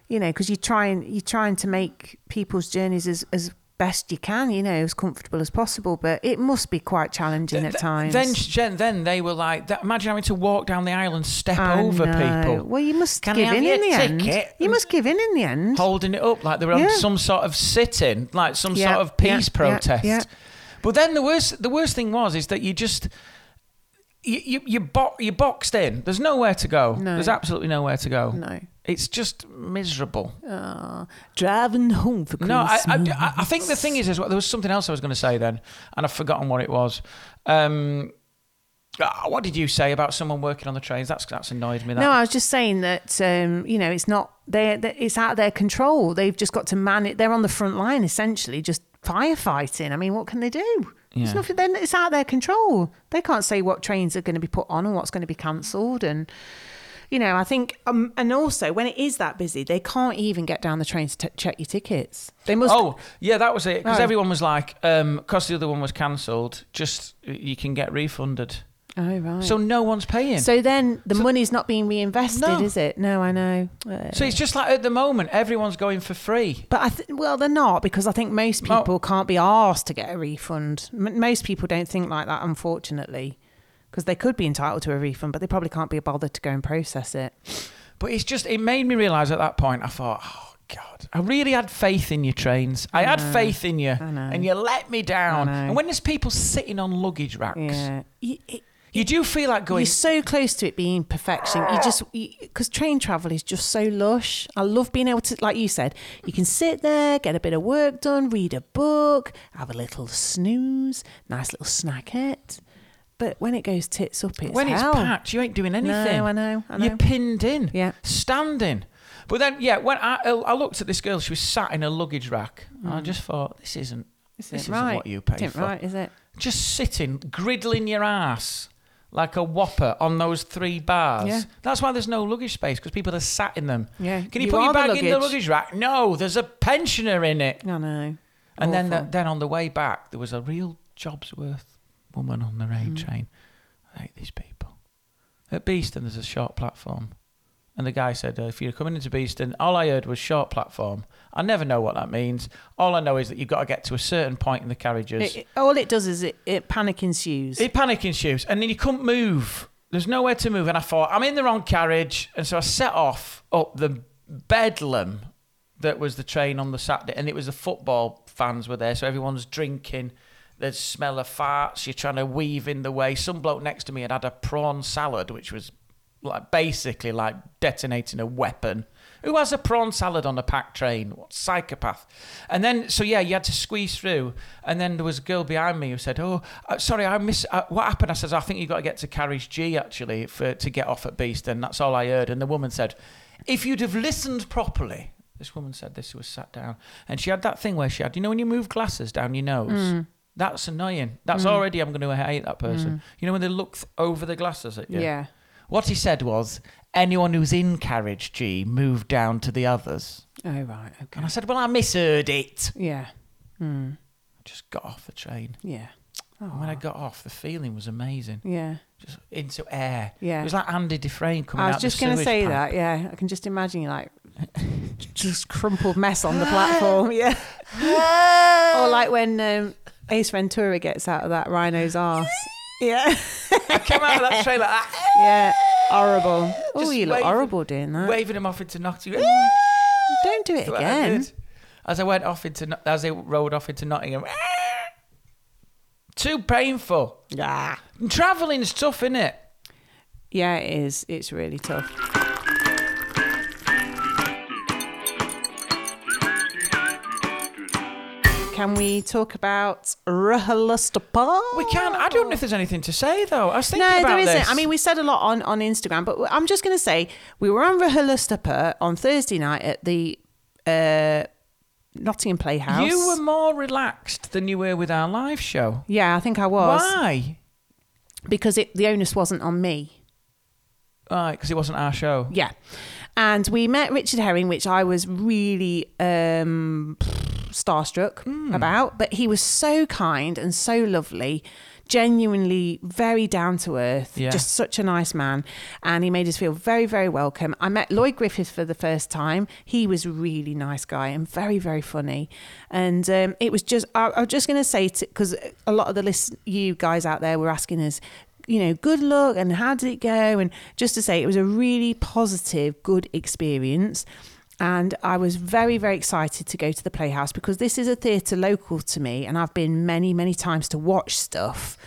you know, because you try and you're trying to make people's journeys as as best you can. You know, as comfortable as possible, but it must be quite challenging at
Th-
times.
Then, Jen, then they were like, that, imagine having to walk down the aisle and step
I
over
know.
people.
Well, you must
Can I
give
have
in in the
your
end.
ticket?
You must give in in the end.
Holding it up like they were on
Yeah.
some sort of sit-in, like some
Yeah,
sort of peace
yeah, yeah,
protest.
yeah.
But then the worst, the worst thing was is that you just you you you bo- you're boxed in. There's nowhere to go.
No.
There's absolutely nowhere to go.
No.
It's just miserable.
Driving home for
No, I,
Christmas.
I- I, I think the thing is, is what, there was something else I was going to say then, and I've forgotten what it was. Um, ah, what did you say about someone working on the trains? That's that's annoyed me. That.
No, I was just saying that um, you know it's not they it's out of their control. They've just got to man it. They're on the front line essentially, just firefighting. I mean, what can they do?
Yeah.
It's nothing. Then it's out of their control. They can't say what trains are going to be put on and what's going to be cancelled. And you know, I think um, and also when it is that busy, they can't even get down the train to t- check your tickets. They must.
Oh, yeah, that was it. Because
Oh.
everyone was like, um, because the other one was cancelled, just you can get refunded.
Oh, right. So,
So no one's paying. So,
then the money's not being reinvested,
No.
is it? No, I know. Uh,
it's just like at the moment, everyone's going for free.
But I th- well, they're not because I think most
Well-
people can't be asked to get a refund. M- most people don't think like that, unfortunately, because they could be entitled to a refund, but they probably can't be bothered to go and process it.
But it's just, it made me realise at that point, I thought, oh, God, I really had faith in your trains. I, had faith in you,
know.
and you let me down.
I know.
And when there's people sitting on luggage racks,
Yeah, you, it,
you do feel like going,
you're so close to it being perfection. You just because train travel is just so lush. I love being able to, like you said, you can sit there, get a bit of work done, read a book, have a little snooze, nice little snackette. But when it goes tits up, it's
when
hell.
it's packed, you ain't doing anything.
I know, I
You're
know.
pinned in.
Yeah.
Standing. But then, yeah, when I, I looked at this girl, she was sat in a luggage rack, and I just thought, this isn't. This,
Isn't
isn't
Mm. right.
what you pay
Isn't
for.
right, is it?
Just sitting, griddling your ass like a whopper on those three bars.
Yeah.
That's why there's no luggage space because people are sat in them.
Yeah.
Can you,
You
put your
are the
bag in the
luggage.
luggage rack? No, there's a pensioner in it.
I know.
And then,
Awful.
the, then on the way back, there was a real Jobsworth woman on the
Mm.
rail train. I hate these people. At Beeston, there's a short platform. And the guy said, uh, if you're coming into Beeston, all I heard was short platform. I never know what that means. All I know is that you've got to get to a certain point in the carriages.
It- it- all it does is it, it panic ensues.
It panic ensues, and then you couldn't move. There's nowhere to move, and I thought I'm in the wrong carriage, and so I set off up the bedlam that was the train on the Saturday, and it was the football fans were there, so everyone's drinking. There's smell of farts. You're trying to weave in the way. Some bloke next to me had had a prawn salad, which was like basically like detonating a weapon. Who has a prawn salad on a packed train? What psychopath? And then, so yeah, you had to squeeze through. And then there was a girl behind me who said, "Oh, uh, sorry, I miss. Uh, what happened?" I says, "I think you got to get to carriage G actually for to get off at Beeston." That's all I heard. And the woman said, "If you'd have listened properly." This woman said this who was sat down, and she had that thing where she had, you know, when you move glasses down your nose. That's annoying. That's already I'm going to hate that person. You know when they look th- over the glasses at you.
Yeah.
What he said was, anyone who's in carriage G moved down to the others.
Oh right. Okay.
And I said, well, I misheard it.
Yeah.
I just got off the train.
Yeah.
And when I got off, the feeling was amazing.
Yeah.
Just into air.
Yeah.
It was like Andy Dufresne coming
I
out
was just
going
going
to
to say that. Yeah. I can just imagine you like just crumpled mess on the platform. Yeah. or like when um, Ace Ventura gets out of that rhino's arse. Yeah.
I came out of that Ah, train like that,
Yeah. Horrible. Oh,
Just
you look
waving-
horrible doing that.
waving him off into Nottingham.
Don't do it
That's what I
again.
did. As I went off into, as they rode off into Nottingham. Ah! Too painful.
Yeah.
Travelling's tough, isn't it?
Yeah, it is. It's really tough. Can we talk about Rahalastapa?
We can. I don't know if there's anything to say though. I was thinking
Oh, No,
about
there isn't.
this.
I mean, we said a lot on, on Instagram, but I'm just going to say we were on Rahalastapa on Thursday night at the uh, Nottingham Playhouse.
you were more relaxed than you were with our live show.
Yeah, I think I was.
Why?
Because it, the onus wasn't on me.
Right, because it wasn't our show.
Yeah. And we met Richard Herring, which I was really um, starstruck about, but he was so kind and so lovely, genuinely very down to earth,
Yeah.
just such a nice man. And he made us feel very, very welcome. I met Lloyd Griffith for the first time. He was a really nice guy and very, very funny. And um, it was just, I, I was just going to say, because a lot of the list, you guys out there were asking us, you know, good luck and how did it go? And just to say, it was a really positive, good experience. And I was very, very excited to go to the Playhouse because this is a theatre local to me and I've been many, many times to watch stuff.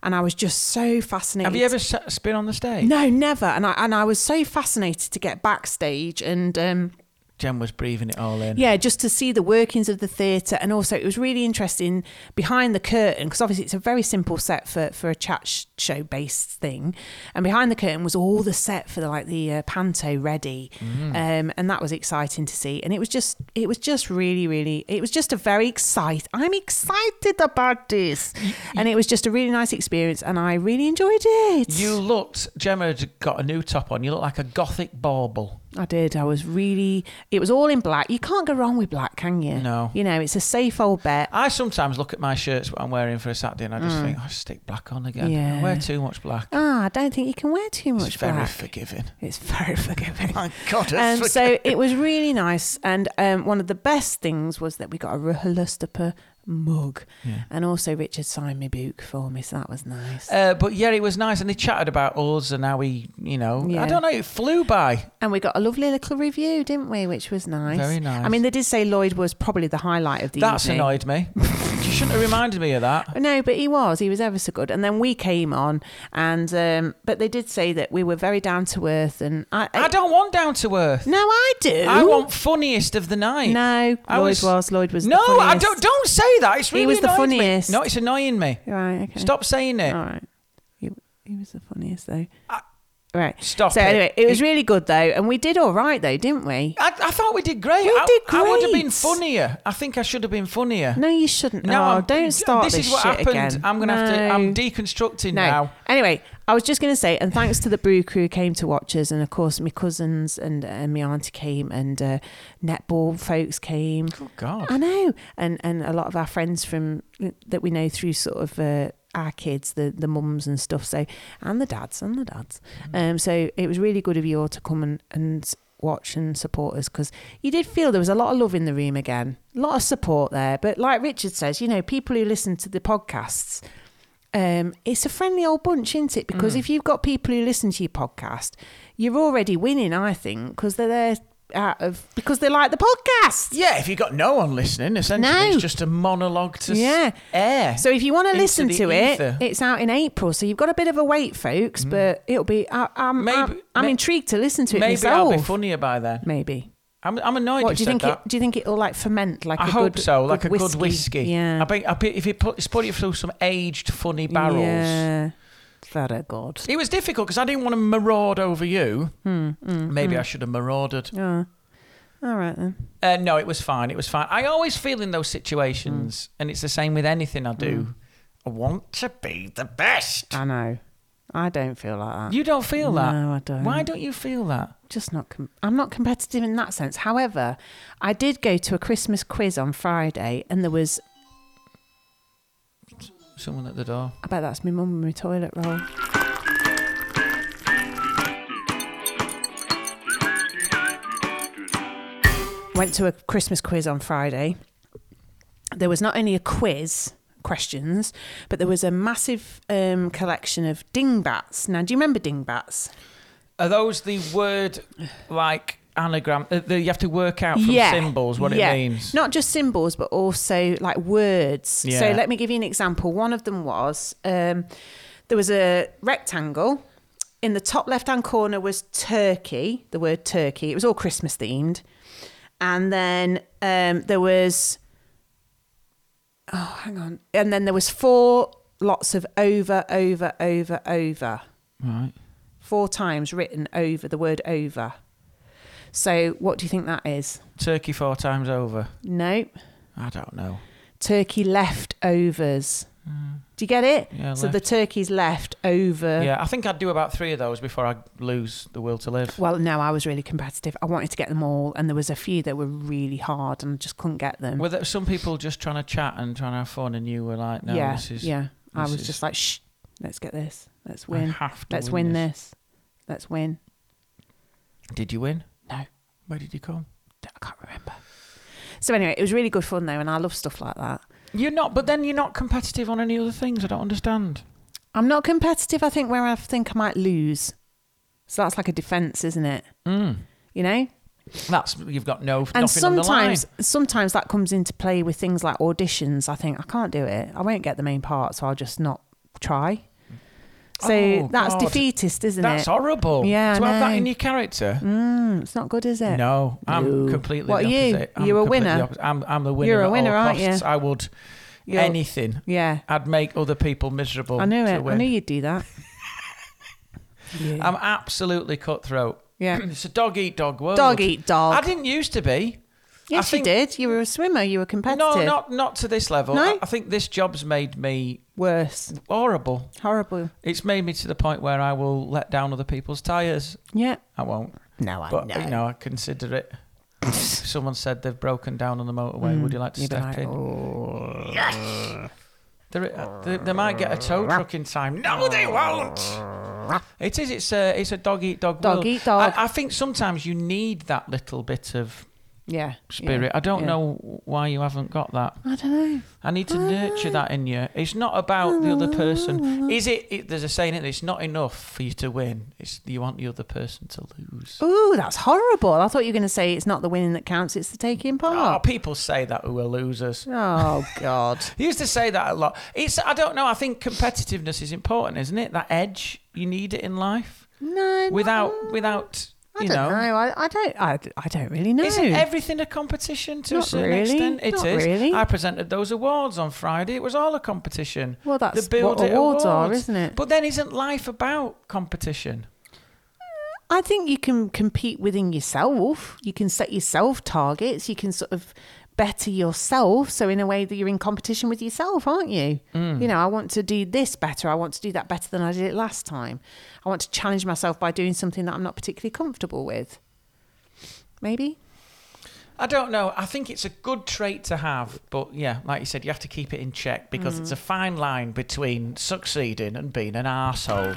And I was just so fascinated.
Have you ever sat, been on the stage?
No, never. And I and I was so fascinated to get backstage and um,
Jen was breathing it all in.
yeah, just to see the workings of the theatre, and also it was really interesting behind the curtain because obviously it's a very simple set for for a chat sh- show based thing, and behind the curtain was all the set for the, like the uh, panto ready,
Mm.
um, and that was exciting to see, and it was just it was just really really it was just a very excited I'm excited about this, and it was just a really nice experience, and I really enjoyed it.
You looked. Gemma had got a new top on. You look like a gothic bauble.
I did. I was really. It was all in black. You can't go wrong with black, can you?
No.
You know, it's a safe old bet.
I sometimes look at my shirts what I'm wearing for a Saturday and I just think I stick black on again.
Mm. Yeah.
I wear too much black.
Ah, I don't think you can wear too much
it's very
black.
forgiving.
it's very forgiving.
My God,
Um, so it was really nice, and um, one of the best things was that we got a Ruhalustapa mug, and also Richard signed me book for me, so that was nice.
uh, but yeah, it was nice, and they chatted about us and how we, you know,
Yeah.
I don't know, it flew by.
and we got a lovely little review, didn't we? Which was nice.
Very nice.
I mean, they did say Lloyd was probably the highlight of the
That's
evening.
annoyed me. you shouldn't have reminded me of that.
No, but he was. He was ever so good. And then we came on, and um, but they did say that we were very down to earth, and I,
I don't want down to earth.
No, I do.
I want funniest of the night.
No,
I
Lloyd was, Lloyd was. the
no, I
funniest.
don't. Don't say that. It's
He
really
was the
annoying me.
funniest.
No, it's annoying me.
Right. Okay.
Stop saying it.
All right. He, he was the funniest though. right.
Stop
So
it.
anyway, it was really good though, and we did all right though, didn't we?
I, I thought we did great.
We
I,
did
I would have been
great.
funnier. I think I should have been funnier.
No, you shouldn't. No,
I'm-
don't start
This
this,
is what
shit
happened.
again.
I'm gonna have to.
No.
I'm deconstructing
No.
now.
Anyway, I was just going to say, and thanks to the brew crew who came to watch us, and of course my cousins and and my auntie came, and uh, netball folks came.
Oh God.
I know, and and a lot of our friends from uh, that we know through sort of uh, our kids, the the mums and stuff. So and the dads and the dads. Um, so it was really good of you all to come and and watch and support us because you did feel there was a lot of love in the room again, a lot of support there. But like Richard says, you know, people who listen to the podcasts, um, it's a friendly old bunch, isn't it? Because if you've got people who listen to your podcast, you're already winning, I think, because they're there out of because they like the podcast.
Yeah, if you've got no one listening, essentially
No.
it's just a monologue to s-
Yeah.
air.
So if you want to
into
listen
the
to it,
ether. Mm.
it's out in April. So you've got a bit of a wait, folks. But it'll be. I, I'm,
Maybe-
I'm, I'm
may-
intrigued to listen to it
maybe
myself.
I'll be funnier by then.
Maybe.
I'm, I'm annoyed.
What do you
you said
think?
That.
It, do you think it'll like ferment like a
I hope
good,
so, like a
whiskey?
good whiskey.
Yeah.
I bet, I bet if it put, it's put it through some aged, funny barrels.
Yeah. Very good.
It was difficult because I didn't want to maraud over you.
Hmm,
Maybe I should have marauded.
All right then.
Uh, no, it was fine. It was fine. I always feel in those situations,
Hmm.
and it's the same with anything I do. I want to be the best.
I know. I don't feel like that.
You don't feel that.
No, I don't.
Why don't you feel that?
just not com- I'm not competitive in that sense. However, I did go to a Christmas quiz on Friday and there was
Someone at the door.
I bet that's my mum and my toilet roll. Went to a Christmas quiz on Friday. There was not only a quiz questions, but there was a massive um, collection of dingbats. Now, do you remember dingbats?
Are those the word like anagram? Uh, the, you have to work out from symbols what
yeah.
it means.
Not just symbols, but also like words. So
Yeah.
let me give you an example. One of them was um, there was a rectangle. In the top left hand corner was turkey, the word turkey. It was all Christmas themed. And then um, there was, oh, hang on. And then there was four lots of over, over, over, over
Right.
four times written over the word over. So what do you think that is?
Turkey four times over.
No.
I don't know.
Turkey leftovers. Do you get it?
Mm. Yeah,
so the turkey's left over.
Yeah, I think I'd do about three of those before I lose the will to live.
Well, no, I was really competitive. I wanted to get them all, and there was a few that were really hard, and I just couldn't get them.
Were there some people just trying to chat and trying to have fun, and you were like, "No,
yeah,
this is
yeah. I
this
was
is-
just like, shh, let's get this. Let's win.
have to
let's
win
win,
this."
this. Let's win.
Did you win?
No.
Where did you come?
I can't remember. So anyway, it was really good fun though, and I love stuff like that.
You're not, but then you're not competitive on any other things. I don't understand.
I'm not competitive. I think where I think I might lose. So that's like a defense, isn't it? You know.
That's you've got no.
And
Mm. nothing on the line.
sometimes, sometimes that comes into play with things like auditions. I think I can't do it. I won't get the main part, so I'll just not try. So
Oh,
that's
God.
defeatist, isn't
that's
it?
horrible.
Yeah, I
to have that
know.
in your character.
It's not good, is it?
No, I'm
No.
completely.
What
the
are you?
opposite. I'm
You're a
completely
winner.
opposite. I'm, I'm the winner.
You're a
at all
winner, aren't
costs.
you?
I would
You're-
anything.
Yeah,
I'd make other people miserable.
I knew
to
it. I
win.
knew you'd do that.
I'm absolutely cutthroat.
Yeah.
it's a dog eat dog world.
Dog eat dog.
I didn't used to be.
Yes,
think-
you did. You were a swimmer. You were competitive.
No, not not to this level.
No?
I, I think this job's made me
worse.
horrible.
Horrible.
It's made me to the point where I will let down other people's tires.
Yeah.
I won't.
No, I
But
know.
you know, I consider it. If Someone said they've broken down on the motorway. Would you like to
Mm, You'd be
step
like, "Oh."
in? They're- uh, they, they might get a tow truck in time. No, they won't. It is. It's a. It's a dog eat dog.
Dog
world.
eat dog.
I, I think sometimes you need that little bit of
Yeah.
spirit. I don't
yeah.
know why you haven't got that.
I don't know.
I need to nurture that in you. It's not about the other person. Is it, it? There's a saying in it, it's not enough for you to win. It's you want the other person to lose.
Ooh, that's horrible. I thought you were going to say it's not the winning that counts, it's the taking
Oh,
part.
people say that who are losers.
Oh, God.
He used to say that a lot. It's I don't know. I think competitiveness is important, isn't it? That edge you need it in life.
No.
Without without
I
you
don't
know.
know. I, I don't. I, I don't really know.
Isn't everything a competition to a
Not
certain
really,
extent? It is.
not really.
I presented those awards on Friday. It was all a competition.
Well, that's
the Build
what
It
awards are,
Awards.
isn't it?
But then, isn't life about competition?
I think you can compete within yourself. You can set yourself targets. You can sort of better yourself. So in a way that you're in competition with yourself, aren't you?
Mm.
You know, I want to do this better. I want to do that better than I did it last time. I want to challenge myself by doing something that I'm not particularly comfortable with. Maybe.
I don't know. I think it's a good trait to have, but yeah, like you said, you have to keep it in check because it's a fine line between succeeding and being an arsehole.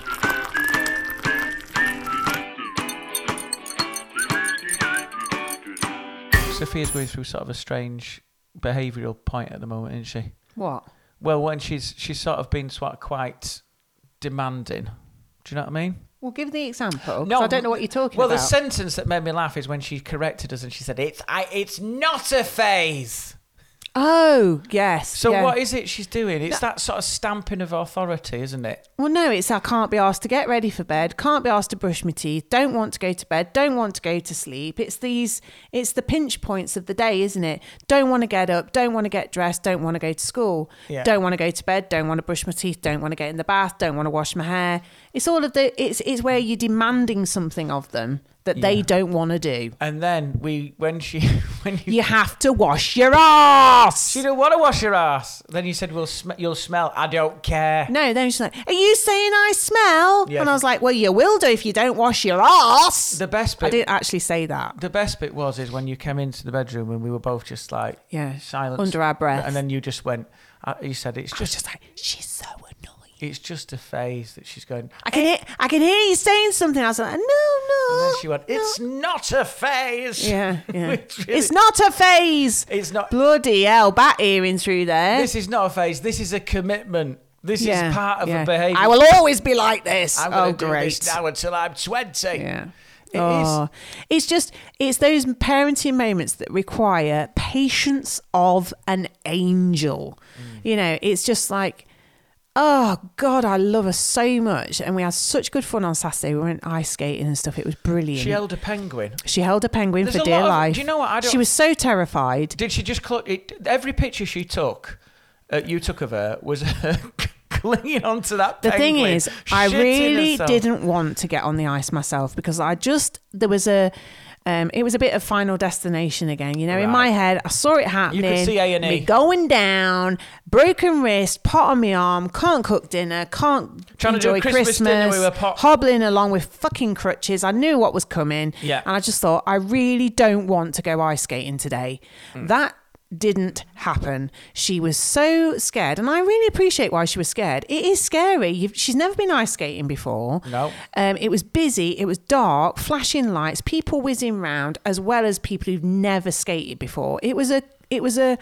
Sophia's going through sort of a strange behavioural point at the moment, isn't she?
What?
Well, when she's she's sort of been sort of quite demanding. Do you know what I mean?
Well, give the example. 'cause I don't know what you're talking
well,
about.
the sentence that made me laugh is when she corrected us and she said, "It's I, it's not a phase."
oh, yes.
So
yeah.
what is it she's doing? It's that sort of stamping of authority, isn't it?
Well, no, it's I can't be asked to get ready for bed, can't be asked to brush my teeth, don't want to go to bed, don't want to go to sleep. It's these, it's the pinch points of the day, isn't it? Don't want to get up, don't want to get dressed, don't want to go to school,
Yeah.
don't want to go to bed, don't want to brush my teeth, don't want to get in the bath, don't want to wash my hair. It's all of the, it's it's where you're demanding something of them that they don't want to do.
And then we, when she, when you,
You have to wash your ass.
she don't want to wash your ass. Then you said, "Well, sm- you'll smell." I don't care.
No, then she's like, "Are you saying I smell?"
Yeah.
And I was like, "Well, you will do if you don't wash your ass."
The best
I
bit.
didn't actually say that.
The best bit was is when you came into the bedroom and we were both just like
Yeah,
silent
under our breath.
and then you just went. uh, You said it's just, just like
She's so annoying.
it's just a phase that she's going.
I can hear, I can hear you saying something. I was like, no, Oh, no.
And then she went, "It's not a phase."
yeah, yeah.
It's really-
it's not a phase.
It's not.
Bloody hell, bat earring through there.
This is not a phase. This is a commitment. This
Yeah,
is part of
yeah.
a behavior.
I will always be like this.
I'm
oh,
gonna do
great.
this now until I'm twenty.
Yeah.
It is.
oh, it's just it's those parenting moments that require patience of an angel.
Mm.
You know, it's just like, oh God, I love her so much, and we had such good fun on Saturday. We went ice skating and stuff. It was brilliant.
She held a penguin.
She held a penguin
There's
for
a
dear
lot of-
life.
do you know what? I don't-
she was so terrified.
Did she just cl- it, every picture she took? Uh, you took of her was her clinging onto that.
The
penguin,
thing is, I
shitting
really
herself.
didn't want to get on the ice myself because I just there was a. Um, it was a bit of Final Destination again, you know. In my
Right.
head, I saw it happening.
see E. A&E.
Me going down, broken wrist, pot on my arm, can't cook dinner, can't
Trying to do a
enjoy
Christmas dinner with a pot.
hobbling along with fucking crutches. I knew what was coming,
Yeah.
and I just thought, I really don't want to go ice skating today.
Hmm.
That didn't happen. She was so scared, and I really appreciate why she was scared. It is scary. You've, she's never been ice skating before.
No.
Um, it was busy, it was dark, flashing lights, people whizzing round, as well as people who've never skated before. It was a it was a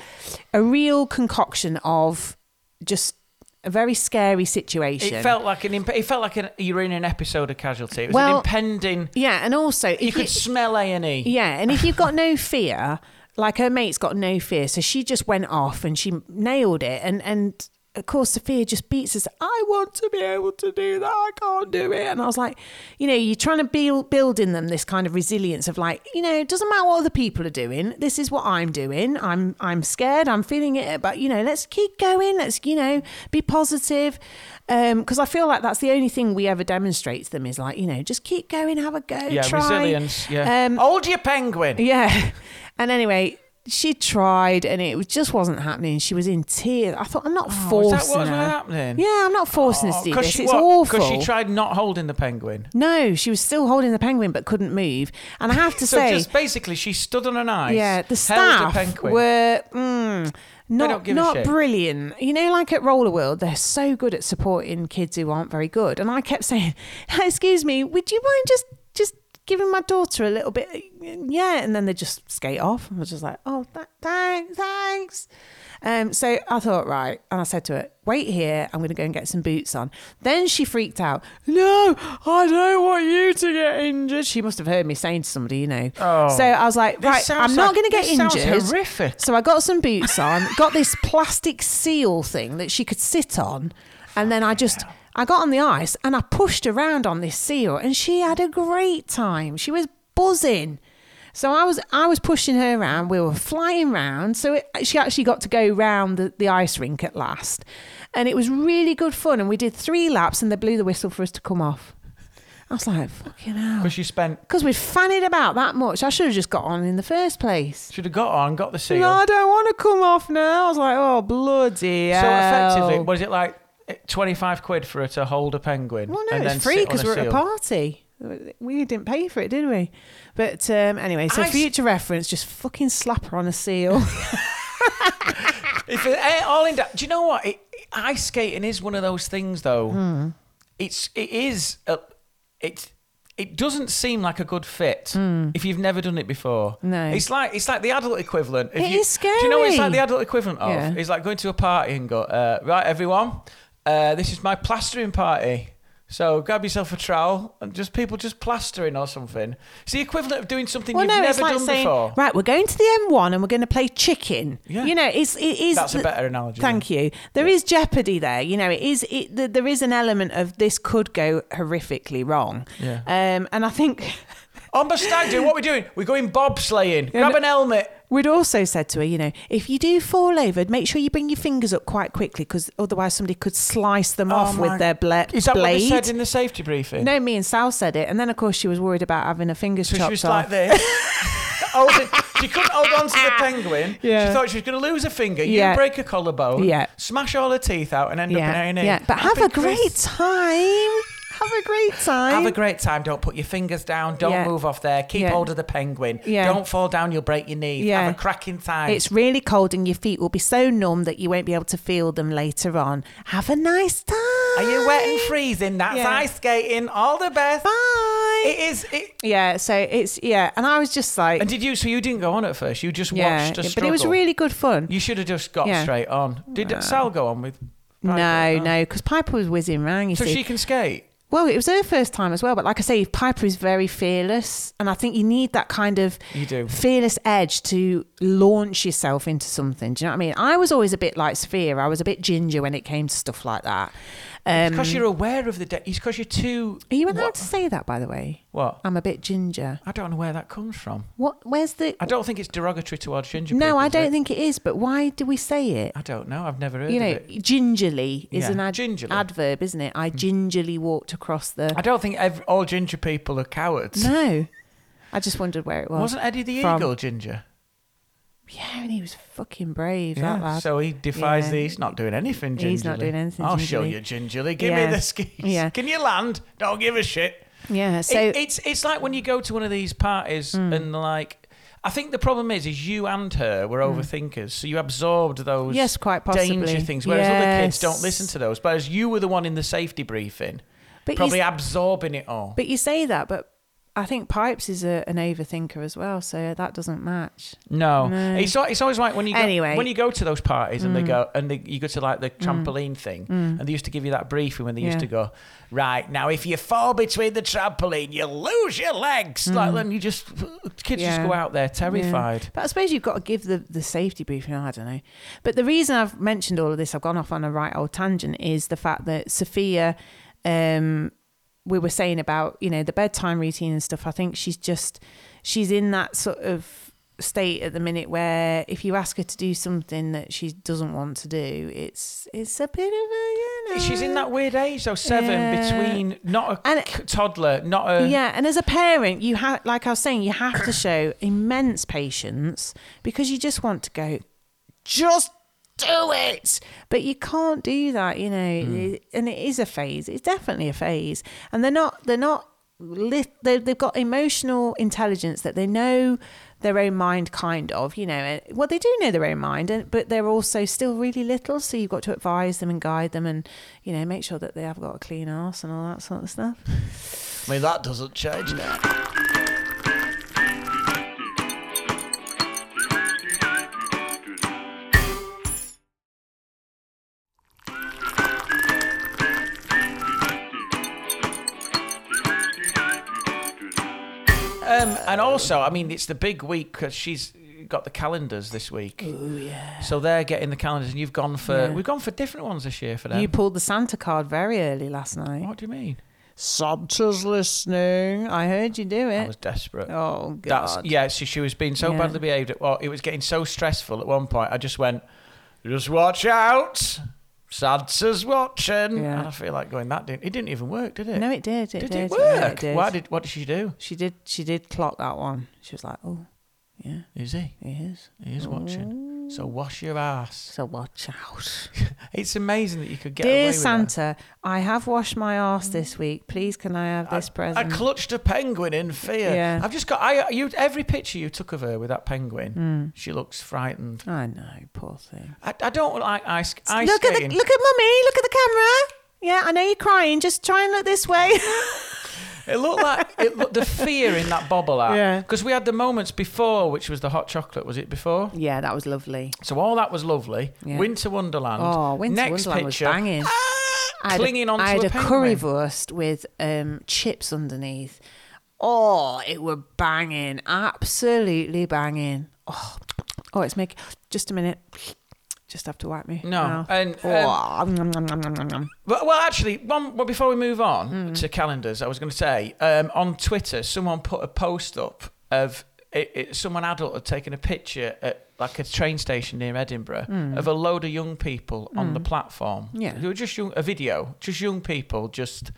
a real concoction of just a very scary situation.
It felt like an. imp- It felt like an, you were in an episode of Casualty. It was an
Well,
impending.
yeah, and also
You could smell A and E.
Yeah, and if you've got no fear, like her mate's got no fear, so she just went off and she nailed it. And and of course, Sophia just beats us. I want to be able to do that. I can't do it. And I was like, you know, you're trying to build build in them this kind of resilience of like, you know, it doesn't matter what other people are doing. This is what I'm doing. I'm I'm scared. I'm feeling it, but you know, let's keep going. Let's you know be positive. Because I feel like that's the only thing we ever demonstrate to them is like, you know, just keep going, have a go,
Yeah,
try.
resilience. Yeah,
Um,
hold your penguin.
yeah. And anyway, she tried and it was- just wasn't happening. She was in tears. I thought, I'm not
Was
forcing
Oh, that what was
her.
happening?
Yeah, I'm not forcing her to do
Because
this.
she,
it's
what? 'Cause
awful.
she tried not holding the penguin.
no, she was still holding the penguin but couldn't move. And I have to
So
say,
just basically, she stood on an ice.
yeah, the
held a
staff
penguin.
were mm,
don't
not
give a
not
shit.
brilliant. You know, like at Roller World, they're so good at supporting kids who aren't very good. And I kept saying, "Excuse me, would you mind just just giving my daughter a little bit?" Yeah, and then they just skate off. And I was just like, "Oh, th- thanks, thanks." Um, so I thought, right, and I said to her, "Wait here. I'm going to go and get some boots on." Then she freaked out. No, I don't want you to get injured. She must have heard me saying to somebody, you know.
Oh.
So I was like,
This
right,
sounds
I'm not
like-
going to get
this sounds
injured.
horrific.
So I got some boots on, got this plastic seal thing that she could sit on, and
Oh,
then I just I got on the ice and I pushed around on this seal, and she had a great time. She was buzzing. So I was I was pushing her around. We were flying round. So it, she actually got to go round the, the ice rink at last, and it was really good fun. And we did three laps, and they blew the whistle for us to come off. I was like, fucking hell.
Because she spent.
Because we'd fannied about that much. I should have just got on in the first place.
Should have got on, got the seal.
No, I don't want to come off now. I was like, oh, bloody
so
hell.
effectively, was it like twenty-five quid for her to hold a penguin?
Well, no,
and
it
then
was free
sit on
because
a
we were at a
seal?
party. We didn't pay for it, did we? But um, anyway, so
I s-
future reference, just fucking slap her on a seal.
If it ain't all in, da- do you know what? It, it- ice
Hmm.
skating is one of those things, though. It's it is a, it's it doesn't seem like a good fit if you've never done it before.
Hmm. No.
it's like it's like the adult equivalent. If
It
you,
is
Do you know what it's like
scary.
the adult equivalent of?
Yeah.
It's like going to a party and go, uh, right, everyone, uh, this is my plastering party. So grab yourself a trowel and just people just plastering or something. It's the equivalent of doing something
Well,
you've
no,
never
it's like
done
saying,
before.
right, we're going to the M1 and we're going to play chicken.
Yeah.
You know, it's it is
That's a
the-
better analogy,
Thank you. There is jeopardy there. You know, it is it th- there is an element of this could go horrifically wrong.
Yeah.
Um, and I think
On the stag do, what are we doing? We're going bobsleighing. Grab an helmet.
we'd also said to her, you know, if you do fall over, make sure you bring your fingers up quite quickly because otherwise somebody could slice them off
Oh my-
with their ble-
Is that what
blade.
they said in the safety briefing?
no, me and Sal said it, and then of course she was worried about having her fingers
So
chopped
she was
off.
like this. holding, she couldn't hold on to the penguin.
Yeah.
She thought she was going to lose a finger.
Yeah.
You break a collarbone.
Yeah.
Smash all her teeth out and end up in A&E.
yeah. But have a
Happy
great
Christ-
time. Have a great time.
Have a great time. Don't put your fingers down. Don't
Yeah.
move off there. Keep
Yeah.
hold of the penguin.
Yeah.
Don't fall down. You'll break your knee.
Yeah.
Have a cracking time.
it's really cold and your feet will be so numb that you won't be able to feel them later on. Have a nice time.
Are you wet and freezing? That's
Yeah.
ice skating. All the best.
Bye.
It is. It,
yeah, so it's yeah, and I was just like
and did you? So you didn't go on at first. You just
yeah,
watched a
but it was
struggle.
really good fun.
You should have just got
Yeah.
straight on. Did Sal go on with?
no, no, because Piper was whizzing round. You
So
see,
she can skate.
well, it was her first time as well. But like I say, Piper is very fearless, and I think you need that kind of
You do.
fearless edge to launch yourself into something. Do you know what I mean? I was always a bit like Sphere. I was a bit ginger when it came to stuff like that. Um,
Because you're aware of the de- it's because you're too.
are you allowed
what?
to say that, by the way?
What?
I'm a bit ginger.
I don't know where that comes from.
What? Where's the?
I don't think it's derogatory towards ginger.
no,
people,
I
is
don't
it?
think it is. But why do we say it?
I don't know. I've never heard
You know,
of it.
gingerly is
Yeah.
an ad-
Gingerly. Mm.
adverb, isn't it? I gingerly walked across the.
I don't think ev all ginger people are cowards.
no, I just wondered where it was.
Wasn't Eddie the
From-
Eagle ginger?
Yeah, and he was fucking brave. That
Yeah.
lad.
So he defies
Yeah.
the. He's not doing anything gingerly.
He's not doing anything
I'll show
gingerly.
you gingerly. Give
Yeah.
me the skis.
Yeah.
Can you land? Don't give a shit.
yeah. So Hmm.
it, it's it's like when you go to one of these parties and like I think the problem is is you and her were overthinkers, so you absorbed those
Hmm. Yes, quite possibly.
danger things, whereas other kids don't
Yes.
listen to those. Whereas you were the one in the safety briefing,
But you
probably
s-
absorbing it all.
But you say that, but I think Pipes is a, an overthinker as well, so that doesn't match.
no, it's al- it's always like when you go,
Anyway. Hmm.
when you go to those parties and they go and they, you go to like the trampoline thing, and they used to give you that briefing when they
Yeah.
used to go right now if you fall between the trampoline you lose your legs like then you just kids just
Hmm. Yeah.
go out there
Yeah.
terrified.
But I suppose you've got to give the, the safety briefing. I don't know. But the reason I've mentioned all of this, I've gone off on a right old tangent, is the fact that Sophia, um, we were saying about, you know, the bedtime routine and stuff. I think she's just, she's in that sort of state at the minute where if you ask her to do something that she doesn't want to do, it's, it's a bit of a, you know.
She's in that weird age, though. Seven
Yeah.
between not a
And-
k- toddler, not a.
yeah and as a parent you have like i was saying you have to show immense patience because you just want to go just do it but you can't do that you know It- and it is a phase it's definitely a phase and they're not they're not lit, they, they've got emotional intelligence that they know their own mind kind of you know and- well they do know their own mind and- but they're also still really little so you've got to advise them and guide them and you know make sure that they have got a clean arse and all that sort of stuff
I mean, that doesn't change. Um, and also, I mean, it's the big week because she's got the calendars this week. Oh yeah. So they're getting the calendars, and you've gone for
Yeah.
we've gone for different ones this year for them.
You pulled the Santa card very early last night.
what do you mean?
Santa's listening. I heard you do
I
it.
was desperate.
Oh god.
That's yeah. So she was being so
Yeah.
badly behaved. At, well, it was getting so stressful at one point. I just went, just watch out, Santa's watching.
Yeah.
And I feel like going. That didn't. It didn't even work, did it?
No, it did. It
did,
did.
it
Yeah, it
work?
did.
Why did? What did she do?
she did? She did clock that one. She was like, "Oh, yeah,
Is he?
he is.
He is watching.
Oh.
So wash your ass.
So watch out."
It's amazing that you could get away
Dear
with that.
Santa, I have washed my arse this week. Please, can I have this
I
present?
clutched a penguin in fear.
Yeah.
I've just got. I you every picture you took of her with that
Hmm.
penguin. She looks frightened.
I know, poor thing.
I, I don't like ice ice
look
skating.
at the look at mummy. Look at the camera. Yeah, I know you're crying. Just try and look this way.
It looked like it looked, the fear in that bobble hat.
Yeah.
Because we had the moments before, which was the hot chocolate. Was it before?
Yeah, that was lovely.
So all that was lovely. Winter Wonderland.
Oh, Winter
Next
Wonderland was
picture, Ah,
banging. I had a-
clinging onto
I had a,
penguin.
currywurst with um, chips underneath. Oh, it were banging, absolutely banging. Oh, oh, it's making. Just a minute. Just have to wipe me.
No,
now.
and, um,
oh, nom, nom, nom, nom, nom, nom.
Well, well, actually, one, well, before we move on
Hmm.
to calendars, I was going to say um, on Twitter, someone put a post up of it, it, someone adult had taken a picture at like a train station near Edinburgh of a load of young people on the platform.
Hmm. Yeah.
who were just young, a video, just young people, just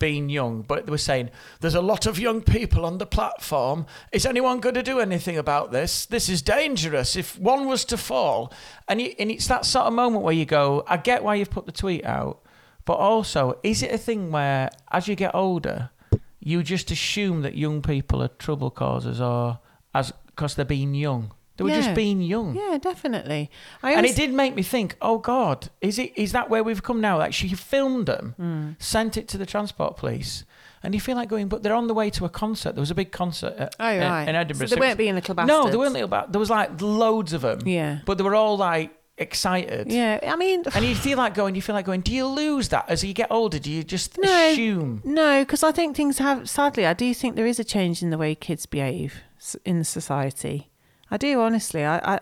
being young, but they were saying there's a lot of young people on the platform. Is anyone going to do anything about this? This is dangerous. If one was to fall, and you, and it's that sort of moment where you go, I get why you've put the tweet out, but also, is it a thing where as you get older, you just assume that young people are trouble causers or as because they're being young? They were just
Yeah.
being young.
Yeah, definitely. I
And it
always-
did make me think, oh God, is it is that where we've come now? Like she filmed them,
Hmm.
sent it to the transport police, and you feel like going, but they're on the way to a concert. There was a big concert at,
Oh,
in,
right.
in Edinburgh.
So they
it was-
weren't being little
No,
bastards.
they weren't little bastards. There was like loads of them.
Yeah.
But they were all like excited.
Yeah, I mean,
And you feel like going, you feel like going, do you lose that as you get older? Do you just
No,
assume?
No, because I think things have. Sadly, I do think there is a change in the way kids behave s- in society. I do honestly. I, I,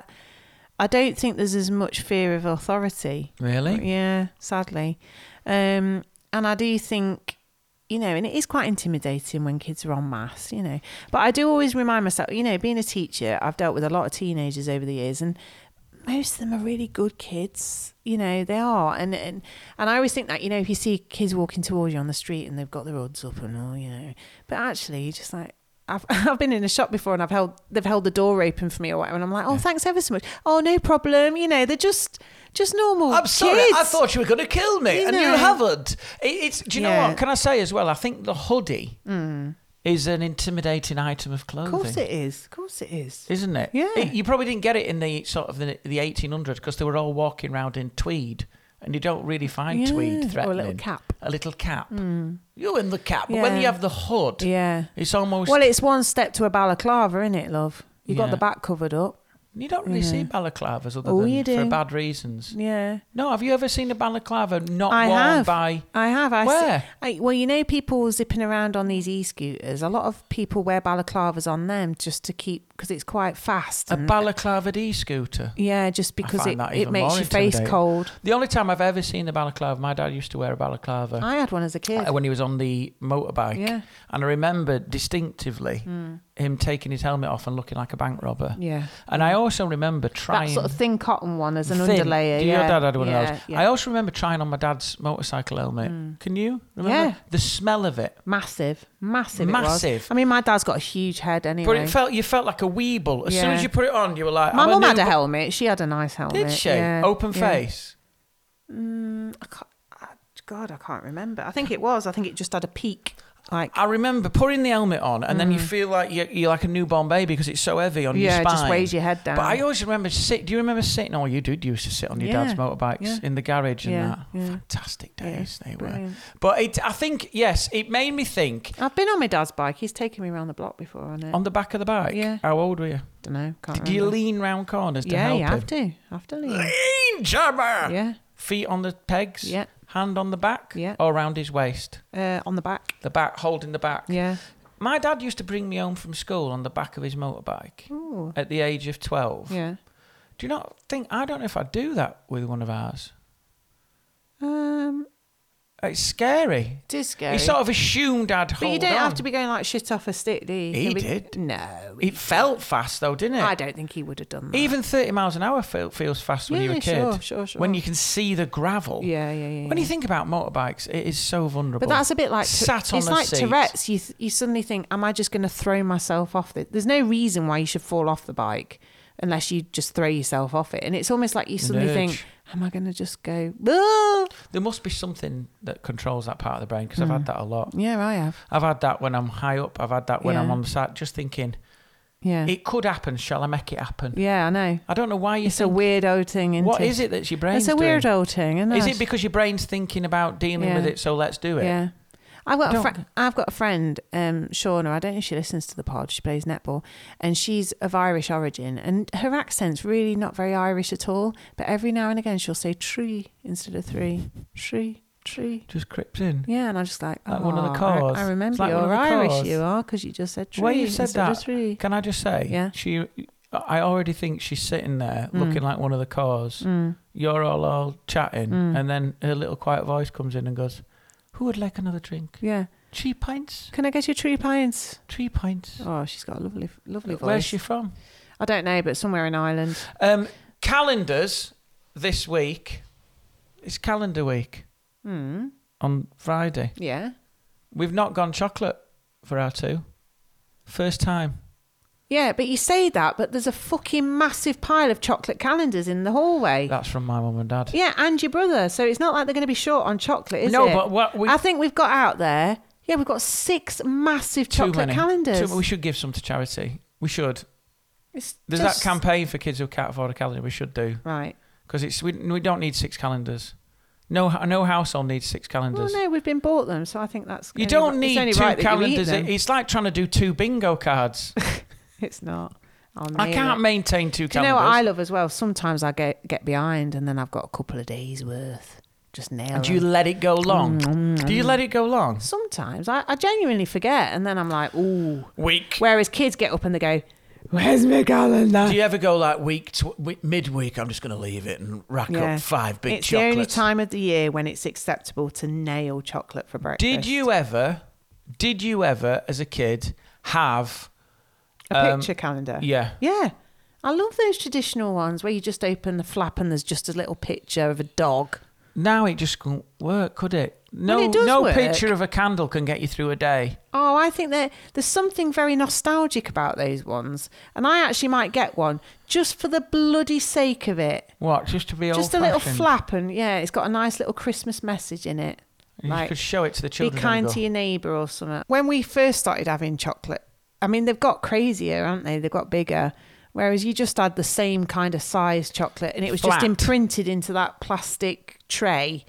I don't think there's as much fear of authority.
Really?
Yeah, sadly, um, and I do think. You know, and it is quite intimidating when kids are on mass, you know. But I do always remind myself, you know, being a teacher, I've dealt with a lot of teenagers over the years, and most of them are really good kids you know they are and and and i always think that you know if you see kids walking towards you on the street and they've got their odds up and all you know but actually you're just like I've, I've been in a shop before and I've held they've held the door open for me or whatever and I'm like oh thanks ever so much oh no problem you know they're just just normal
I'm sorry, I
kids.
thought you were going to kill me,
You
and you
know.
haven't. It, it's. Do you know
Yeah.
what? Can I say as well? I think the hoodie is an intimidating item of
of
clothing.
course it is of course it is
Isn't it?
Yeah.
It- you probably didn't get it in the sort of the, the 1800s because they were all walking around in tweed, and you don't really find
Yeah, or a
tweed threatening.
little cap. Hmm.
A little cap. You're in the cap, but when
Yeah.
you have the hood,
yeah
it's almost.
well it's one step to a balaclava isn't it love you got
Yeah.
the back covered up
you don't really see balaclavas other
Oh,
than
you
for
do.
bad reasons.
yeah
No, have you ever seen a balaclava not
I
worn
have.
by?
I have. I
Where?
See, I, well, you know, people zipping around on these e-scooters. A lot of people wear balaclavas on them just to keep because it's quite fast.
A
and-
balaclava D scooter.
yeah, just because
find
it,
that
it
even
makes
more
your face
intimidating.
cold.
The only time I've ever seen a balaclava, my dad used to wear a balaclava.
I had one as a kid.
uh, when he was on the motorbike.
Ah, Yeah. Hmm.
And I remember distinctively him taking his helmet off and looking like a bank robber.
Yeah.
And I also remember
That
trying
sort of thin cotton one as an
Thin.
underlayer.
Do
yeah.
Your dad had one
yeah,
of those.
yeah. Hmm.
I also remember trying on my dad's motorcycle helmet. Can you remember
Yeah.
the smell of it?
massive, massive, it was.
Massive.
I mean, my dad's got a huge head anyway.
But it felt you felt like a weeble as soon
Yeah.
as you put it on. You were like,
my
I'm
mum
a
had a
new-
helmet. She had a nice helmet.
Did she?
Yeah,
Open
yeah. Mm,
face.
I can't- I- God, I can't remember. I think it was. I think it just had a peak. Like
I remember putting the helmet on, and then you feel like you're, you're like a newborn baby because it's so heavy on
Mm. Yeah,
your
it
spine.
just weighs your head down.
But I always remember sit. Do you remember sitting? Oh, you did used to sit on your dad's
Yeah,
motorbikes
yeah.
in the garage and
Yeah,
that.
yeah.
Fantastic days they
brilliant.
were. But it, I think, yes, it made me think.
I've been on my dad's bike. He's taken me around the block before on it.
On the back of the bike.
Yeah.
How old were you?
don't know. Can't
Um, Did you
remember.
lean round corners to
Yeah,
help
you
him?
have to. Have to lean.
Lean, jabber.
Yeah.
Feet on the pegs.
Yeah.
Hand on the back.
Yeah.
Or around his waist.
Uh, on the back.
The back, holding the back.
Yeah.
My dad used to bring me home from school on the back of his motorbike at the age of 12.
Yeah.
Do you not think, I don't know if I'd do that with one of ours.
Um,
It's scary.
it is scary.
He sort of assumed I'd
but
hold
you don't have
on.
to be going like shit off a stick, do you?
He
Can we-
did.
No.
It felt fast though, didn't it?
I don't think he would have done that.
Even 30 miles an hour feel, feels fast when you're a
Yeah,
kid.
sure, sure, sure.
When you can see the gravel.
Yeah, yeah, yeah,
When you
yeah.
think about motorbikes, it is so vulnerable.
But that's a bit like
sat on
it's
a
like
seat.
Tourette's. You th- you suddenly think, am I just going to throw myself off it? There's no reason why you should fall off the bike unless you just throw yourself off it. And it's almost like you suddenly
An urge.
think, am I going to just go? "Ah."
There must be something that controls that part of the brain because
Hmm.
I've had that a lot.
Yeah, I have.
I've had that when I'm high up. I've had that when I'm
Yeah.
on the side, just thinking,
Yeah.
it could happen. Shall I make it happen?
yeah, I know.
I don't know why you
It's a
think-
weird old thing. Isn't
What
it?
is it that your
It's
brain's
a
doing?
weird old thing, isn't
Is
it?
it because your brain's thinking about dealing
Yeah.
with it, so let's do it?
Yeah. I've got a
Don't-
friend. I've got a friend, um, Shauna. I don't know if she listens to the pod. She plays netball, and she's of Irish origin, and her accent's really not very Irish at all. But every now and again, she'll say "tree" instead of three, tree, tree.
Just crept in.
Yeah, and I'm just like,
Like one of the
"Oh, I-
cars.
I,
It's
remember
like one of
you're
the
Irish.
cars.
You are because you just said tree
Where you said
instead
that,
of three.
can I just say?
Yeah. Mm.
She, I already think she's sitting there looking like one of the cars. You're all all chatting,
Mm.
and then her little quiet voice comes in and goes, "Who would like another drink?
Yeah.
Three pints.
Can I get you three pints?
Three pints.
Oh, she's got a lovely, lovely voice.
Where's she from?
I don't know, but somewhere in Ireland.
Um, calendars this week. It's calendar week
Hmm.
on Friday.
Yeah.
We've not gone chocolate for our two. First time.
Yeah, but you say that, but there's a fucking massive pile of chocolate calendars in the hallway.
That's from my mum and dad.
yeah, and your brother. So it's not like they're going to be short on chocolate, is
No,
it?
but what we-
I think we've got out there. Yeah, we've got six massive chocolate calendars.
Too- we should give some to charity. We should.
It's
There's
just-
that campaign for kids who can't afford a calendar. We should do
Right.
because it's we, we don't need six calendars. No, no household needs six
Well,
calendars.
Oh, no, we've been bought them, so I think that's.
You
only
don't
ri- it's
need
only
two
right that you eat
calendars.
them.
It- It's like trying to do two bingo cards.
It's not. I'll
I
nail
can't
it.
maintain two
Do you know what I
calendars.
love as well? Sometimes I get get behind, and then I've got a couple of days worth. Just nail.
do you
them.
let it go long? Do you let it go long?
Sometimes I, I genuinely forget, and then I'm like, ooh.
Week.
Whereas kids get up and they go, "Where's my calendar?"
Do you ever go like week to, wi- midweek? I'm just going to leave it and rack
Yeah.
up five big
it's
chocolates.
the only time of the year when it's acceptable to nail chocolate for breakfast.
Did you ever? Did you ever, as a kid, have?
a
um,
picture calendar?
Yeah.
yeah. I love those traditional ones where you just open the flap and there's just a little picture of a dog.
Now it just couldn't work, could it? No,
it does
no
work.
picture of a candle can get you through a day.
Oh, I think that there's something very nostalgic about those ones, and I actually might get one just for the bloody sake of it.
What? Just to be old.
just a little flap, and yeah, it's got a nice little Christmas message in it.
You could show it to the children.
Be
and
kind
go,
to your neighbour or something. When we first started having chocolate, I mean, they've got crazier, haven't they? They've got bigger. Whereas you just had the same kind of size chocolate and it was
Flat.
just imprinted into that plastic tray.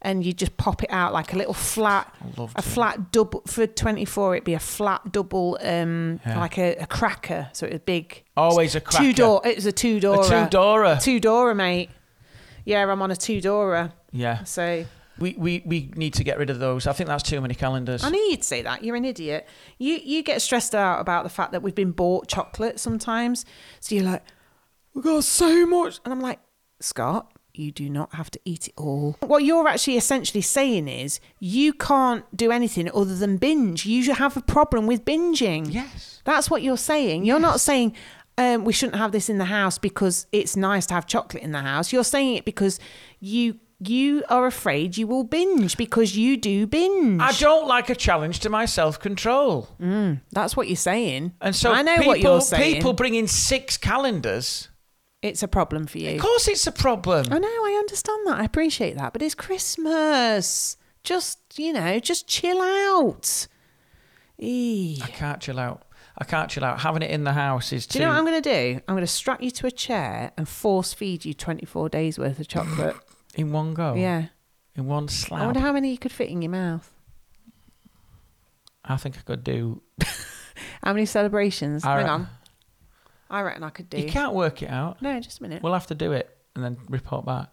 And you just pop it out like a little flat, a flat double for twenty four. It'd be a flat double, um, like a, a cracker. So it was big.
Always Oh, a cracker.
Two door. It was a two door.
two-doorer.
Two doorer, mate. Yeah, I'm on a two doorer.
Yeah.
So
We, we we need to get rid of those. I think that's too many calendars.
I knew you'd say that. You're an idiot. You you get stressed out about the fact that we've been bought chocolate sometimes. So you're like, we got so much, and I'm like, Scott, you do not have to eat it all. What you're actually essentially saying is you can't do anything other than binge. You should have a problem with binging.
Yes.
that's what you're saying. You're not saying. Um, we shouldn't have this in the house because it's nice to have chocolate in the house. You're saying it because you you are afraid you will binge because you do binge.
I don't like a challenge to my self control.
That's what you're saying.
And so
Mm. I know
people,
what you're saying.
people bring in six calendars.
it's a problem for you.
Of course, it's a problem.
I know. I understand that. I appreciate that. But it's Christmas. Just you know, just chill out. Eee.
I can't chill out. I can't chill out. Having it in the house is
Do
too.
you know what I'm going to do? I'm going to strap you to a chair and force feed you 24 days worth of chocolate.
in one go.
yeah.
In one
I
slab.
wonder
I,
how many you could fit in your mouth.
think I could do.
How many celebrations?
I
Hang
re-
on. I reckon I could do.
You can't work it out.
No, just a minute.
We'll have to do it and then report back.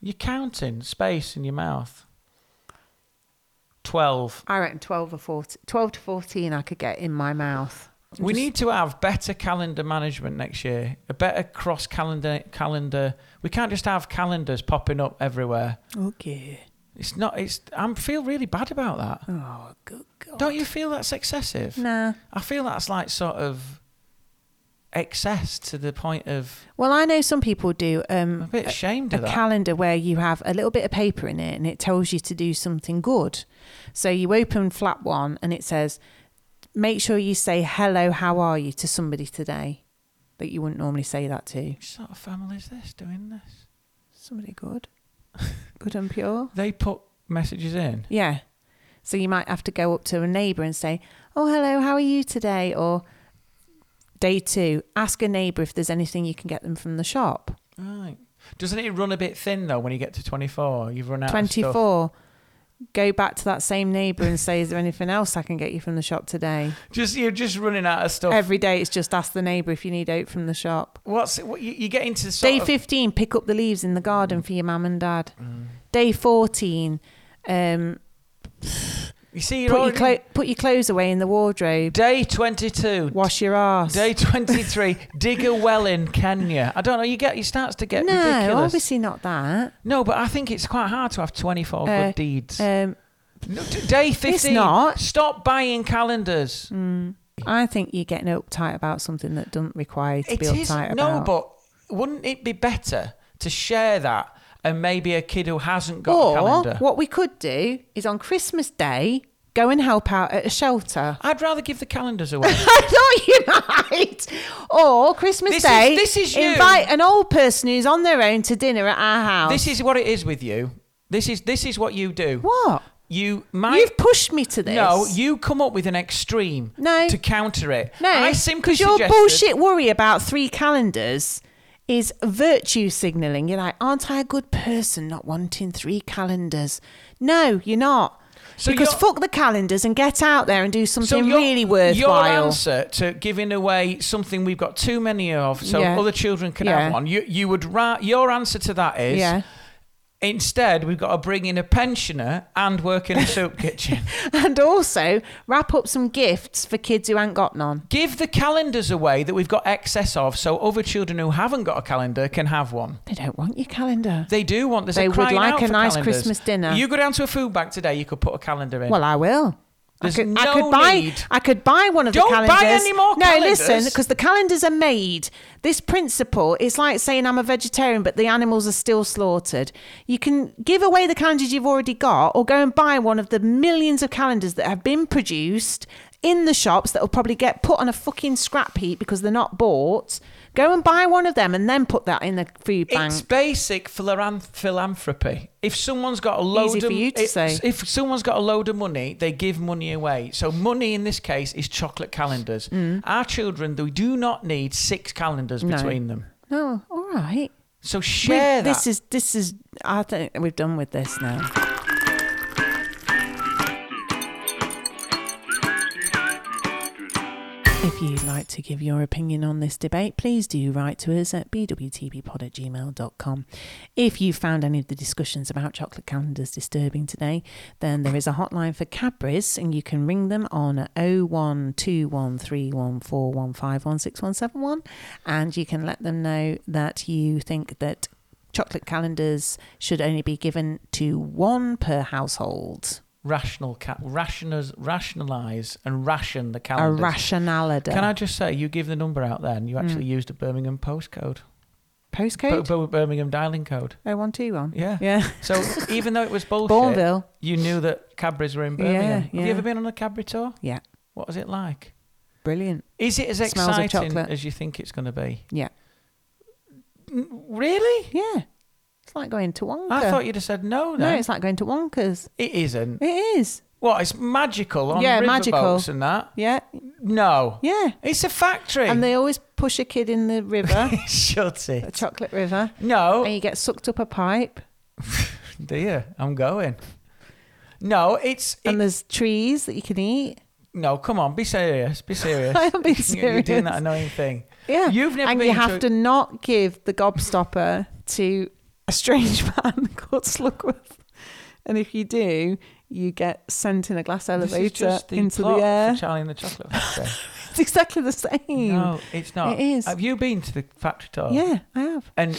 You're counting space in your mouth. Twelve.
I reckon 12 or 14, 12 to 14 I could get in my mouth.
We need to have better calendar management next year. A better cross calendar calendar. We can't just have calendars popping up everywhere.
Okay.
It's not. It's. I feel really bad about that.
Oh, good God.
Don't you feel that's excessive?
Nah.
I feel that's like sort of excess to the point of
Well, I know some people do um,
I'm a bit ashamed
a
of that.
calendar where you have a little bit of paper in it and it tells you to do something good. So you open flap one and it says, make sure you say hello, how are you to somebody today that you wouldn't normally say that to.
Which sort of family is this doing this?
Somebody good, good and pure.
They put messages in.
Yeah. So you might have to go up to a neighbour and say, oh, hello, how are you today? Or day two, ask a neighbour if there's anything you can get them from the shop.
Right. Doesn't it run a bit thin though when you get to 24? You've run out of stuff.
24. go back to that same neighbour and say, "Is there anything else I can get you from the shop today?"
Just you're just running out of stuff.
Every day, it's just ask the neighbour if you need oat from the shop.
What's what you, you get into? Sort
Day
of-
15,
Mm.
pick up the leaves in the garden for your mum and dad. Day 14, um,
You see, you're
put, your
already-
clo- put your clothes away in the wardrobe.
Day 22.
Wash your ass.
Day 23. dig a well in Kenya. I don't know. You get. It starts to get
no,
ridiculous.
obviously not that.
No, but I think it's quite hard to have 24
Uh,
good deeds.
Um,
No, d- day 15.
not. Mm.
Stop buying calendars.
I think you're getting uptight about something that doesn't require you to
It
be
is
uptight
no,
about.
but wouldn't it be better to share that and maybe a kid who hasn't got a
or
calendar?
what we could do is on Christmas Day go and help out at a shelter.
I'd rather give the calendars away.
I thought you might. Or Christmas
This is-
Day,
this is you.
invite an old person who's on their own to dinner at our house.
this is what it is with you. This is this is what you do.
what?
You might
You've pushed me to this.
No, you come up with an extreme
No.
to counter it.
No,
I simply
because your
suggested-
bullshit worry about three calendars is virtue signalling. You're like, aren't I a good person not wanting three calendars? No, you're not.
So
because
you're-
fuck the calendars and get out there and do
So
something
your-
really
Your
worthwhile.
answer to giving away something we've got too many of, so
Yeah.
other children can
Yeah.
have one. You you would ra- your answer to that is
Yeah.
instead we've got to bring in a pensioner and work in a soup kitchen.
And also wrap up some gifts for kids who ain't got none.
Give the calendars away that we've got excess of, so other children who haven't got a calendar can have one.
They don't want your calendar.
They do want this.
They would like a nice Christmas dinner.
You go down to a food bank today. You could put a calendar in.
Well, I will. I
There's
could, I
no
could buy.
need.
I could buy one of
Don't
the
buy
calendars.
any more
no, listen,
calendars.
because the calendars are made. This principle is like saying I'm a vegetarian, but the animals are still slaughtered. You can give away the calendars you've already got, or go and buy one of the millions of calendars that have been produced in the shops that will probably get put on a fucking scrap heap because they're not bought. Go and buy one of them, and then put that in the food bank.
It's basic philan- philanthropy. If someone's got a load
Easy
of
for you to
it's-
say.
if someone's got a load of money, they give money away. So money in this case is chocolate calendars.
Mm.
Our children, they do not need six calendars between them.
No, Oh, all right.
So
We've-
share that.
This is this is. I think we've done with this now. If you'd like to give your opinion on this debate, please do write to us at bwtbpod at gmail.com. If you found any of the discussions about chocolate calendars disturbing today, then there is a hotline for Cadbury's and you can ring them on 0121314151617 and you can let them know that you think that chocolate calendars should only be given to one per household.
rational ca- rationas, rationalize and ration the
A
calendars.
rationality.
Can I just say you give the number out there and you
Mm.
actually used a Birmingham postcode.
postcode? Oh,
B- B- Birmingham dialing code.
0121.
Yeah.
Yeah.
So even though it was bullshit,
Bourneville.
you knew that Cadbury's were in Birmingham.
Yeah,
Have
yeah.
you ever been on a Cadbury tour?
Yeah.
What is it like?
Brilliant.
Is it as
Smells of
exciting
chocolate.
as you think it's going to be?
Yeah.
Really?
Yeah. It's like going to Wonka.
I thought you'd have said no.
No,
Then
it's like going to Wonka's.
it isn't.
It is.
What? It's magical on
Yeah,
riverboats
magical.
and that.
Yeah.
No.
Yeah.
It's a factory.
And they always push a kid in the river,
shut
a
it.
chocolate river,
No,
and you get sucked up a pipe,
dear, I'm going. No, it's it-
and there's trees that you can eat.
no. Come on, be serious. Be serious.
I am being
You- You're doing that
serious.
annoying thing.
Yeah.
You've never
and
been
you have
to-
to not give the gobstopper to a strange man called Slugworth. And if you do, you get sent in a glass
This is
elevator
just the
into
plot
the air.
For Charlie and the Chocolate Factory.
It's exactly the same.
no, it's not.
It is.
Have you been to the factory tour?
Yeah, I have.
And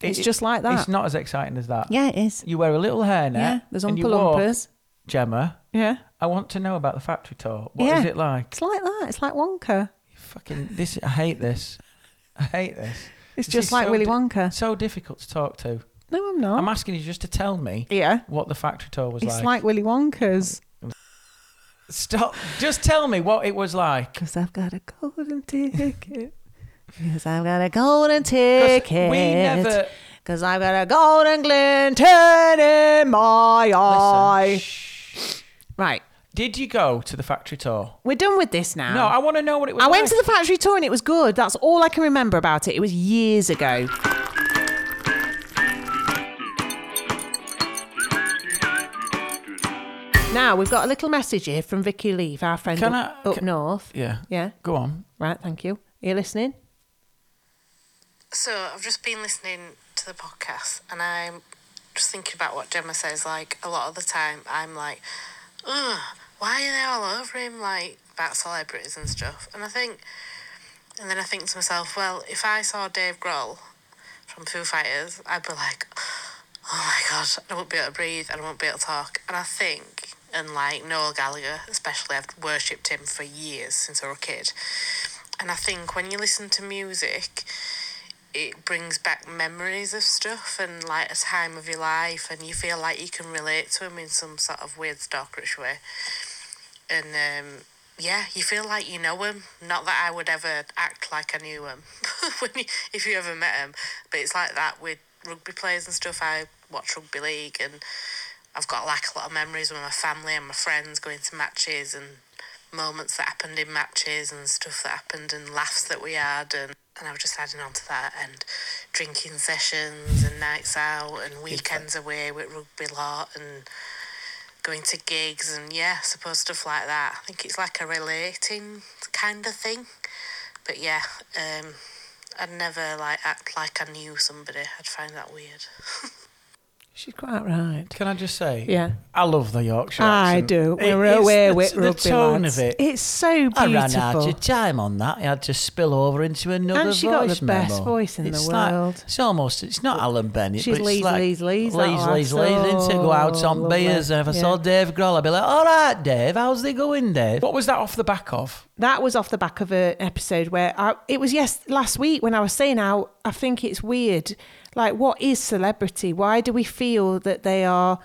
It's just like that.
It's not as exciting as that.
Yeah, it is.
You wear a little hairnet.
Yeah, there's
and
Oompa
you walk-
Loompas.
Gemma,
Yeah.
I want to know about the factory tour. What is
Yeah.
it like?
It's like that. It's like Wonka.
Fucking this. I hate this. I hate this.
It's
This
just
is
like
so
Willy
di-
Wonka.
So difficult to talk to.
No, I'm not.
I'm asking you just to tell me
yeah.
what the factory tour was
It's like, Willy Wonka's.
Stop. Just tell me what it was like.
Because I've got a golden ticket. Because I've got a golden ticket.
we never.
Because I've got a golden glint in my eye.
Listen, shh.
Right.
Did you go to the factory tour?
We're done with this now.
No, I want to know what it was.
Um, I went to
like.
the factory tour and it was good. That's all I can remember about it. It was years ago. Now we've got a little message here from Vicky Leave, our friend
Can
up,
I-
up
can-
north.
Yeah.
Yeah.
Go on.
Right, thank you. Are you listening?
So I've just been listening to the podcast, and I'm just thinking about what Gemma says. Like a lot of the time, I'm like, "Ugh, why are they all over him?" Like about celebrities and stuff. And I think, and then I think to myself, well, if I saw Dave Grohl from Foo Fighters, I'd be like, "Oh my god, I won't be able to breathe, and I won't be able to talk." And I think, and like Noel Gallagher, especially, I've worshipped him for years since I was a kid. And I think when you listen to music, it brings back memories of stuff and like a time of your life, and you feel like you can relate to them in some sort of weird stalkerish way. And um, yeah, you feel like you know them. Not that I would ever act like I knew them when you, if you ever met them, but it's like that with rugby players and stuff. I watch rugby league, and I've got like a lot of memories with my family and my friends going to matches and moments that happened in matches and stuff that happened and laughs that we had and and I was just adding on to that and drinking sessions and nights out and weekends away with rugby lot and going to gigs and yeah, I suppose stuff like that. I think it's like a relating kind of thing. But yeah, um I'd never like act like I knew somebody. I'd find that weird.
She's quite right.
Can I just say?
Yeah.
I love the Yorkshire
I
accent.
do.
It
We're
is
aware
the-
with
the
rugby
tone
lads.
of it.
It's so beautiful.
I ran out of time on that. I had to spill over into another
And she got the
voice
best
memo.
voice in the
it's like-
world.
it's almost. It's not Alan Bennett.
She's
but it's
Lee's,
like,
Lee's, Lee's, that
Lee's,
laugh.
Lee's, Lee's, isn't it? Go out
Oh,
on
lovely.
beers. And if I
Yeah.
saw Dave Grohl, I'd be like, "All right, Dave, how's they going, Dave?" What was that off the back of?
that was off the back of an episode where I, it was yes last week when I was saying how I think it's weird. Like, what is celebrity? Why do we feel that they are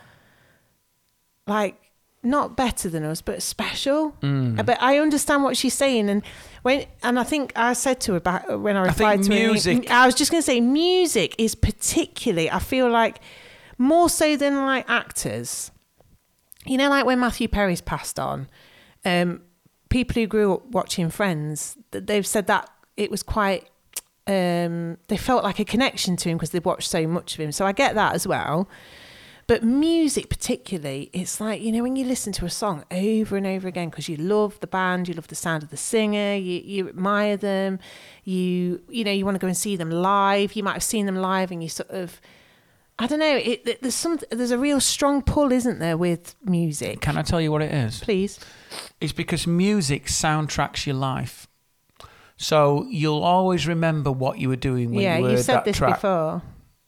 like not better than us, but special?
Mm.
But I understand what she's saying, and when and I think I said to her back when I replied
think
to her,
music-
I was just going to say music is particularly. I feel like more so than like actors you know, like when Matthew Perry's passed on, um, people who grew up watching Friends, th- they've said that it was quite. Um, they felt like a connection to him because they'd watched so much of him. So I get that as well. But music, particularly, it's like, you know, when you listen to a song over and over again because you love the band, you love the sound of the singer, you, you admire them, you, you know, you want to go and see them live. You might have seen them live and you sort of, I don't know, it, th- there's, some, there's a real strong pull, isn't there, with music?
Can I tell you what it is?
Please.
It's because music soundtracks your life. So you'll always remember what you were doing when
yeah,
you were
you've said
that
this
track.
before.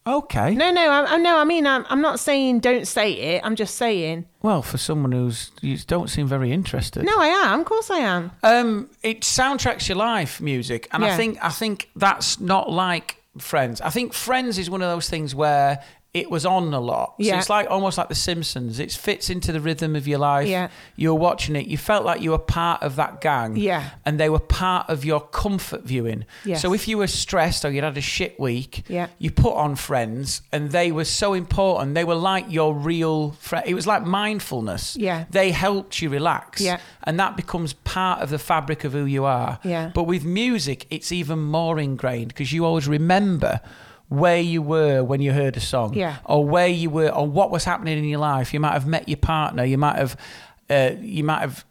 Okay.
No, no, I, I no. I mean, I'm, I'm not saying don't say it. I'm just saying.
Well, for someone who's you don't seem very interested.
No, I am. Of course, I am.
Um, it soundtracks your life music, and I
Yeah.
think I think that's not like Friends. I think Friends is one of those things where it was on a lot. So
Yeah.
it's like almost like The Simpsons. It fits into the rhythm of your life.
Yeah.
You were watching it. You felt like you were part of that gang.
Yeah.
And they were part of your comfort viewing.
Yes.
So if you were stressed or you'd had a shit week,
Yeah.
you put on Friends, and they were so important. They were like your real friend. It was like mindfulness.
Yeah.
They helped you relax
Yeah.
and that becomes part of the fabric of who you are.
Yeah.
But with music, it's even more ingrained because you always remember where you were when you heard a song,
Yeah.
or where you were, or what was happening in your life. You might have met your partner. You might have, uh, you might have.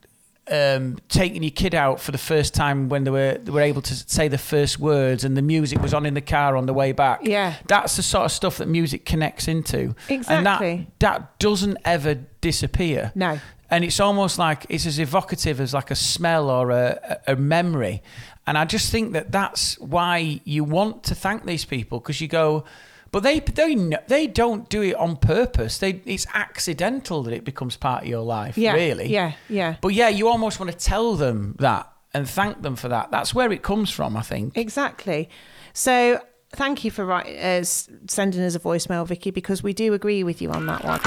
Um, taken your kid out for the first time when they were they were able to say the first words and the music was on in the car on the way back.
Yeah.
that's the sort of stuff that music connects into. and that
Exactly.
that doesn't ever disappear.
No.
And it's almost like it's as evocative as like a smell or a, a a memory. And I just think that that's why you want to thank these people because you go, but they they kn- they don't do it on purpose. They it's accidental that it becomes part of your life.
Yeah,
really.
yeah, yeah.
But yeah, you almost want to tell them that and thank them for that. That's where it comes from, I think.
Exactly. So thank you for write, uh, s- sending us a voicemail, Vicky, because we do agree with you on that one.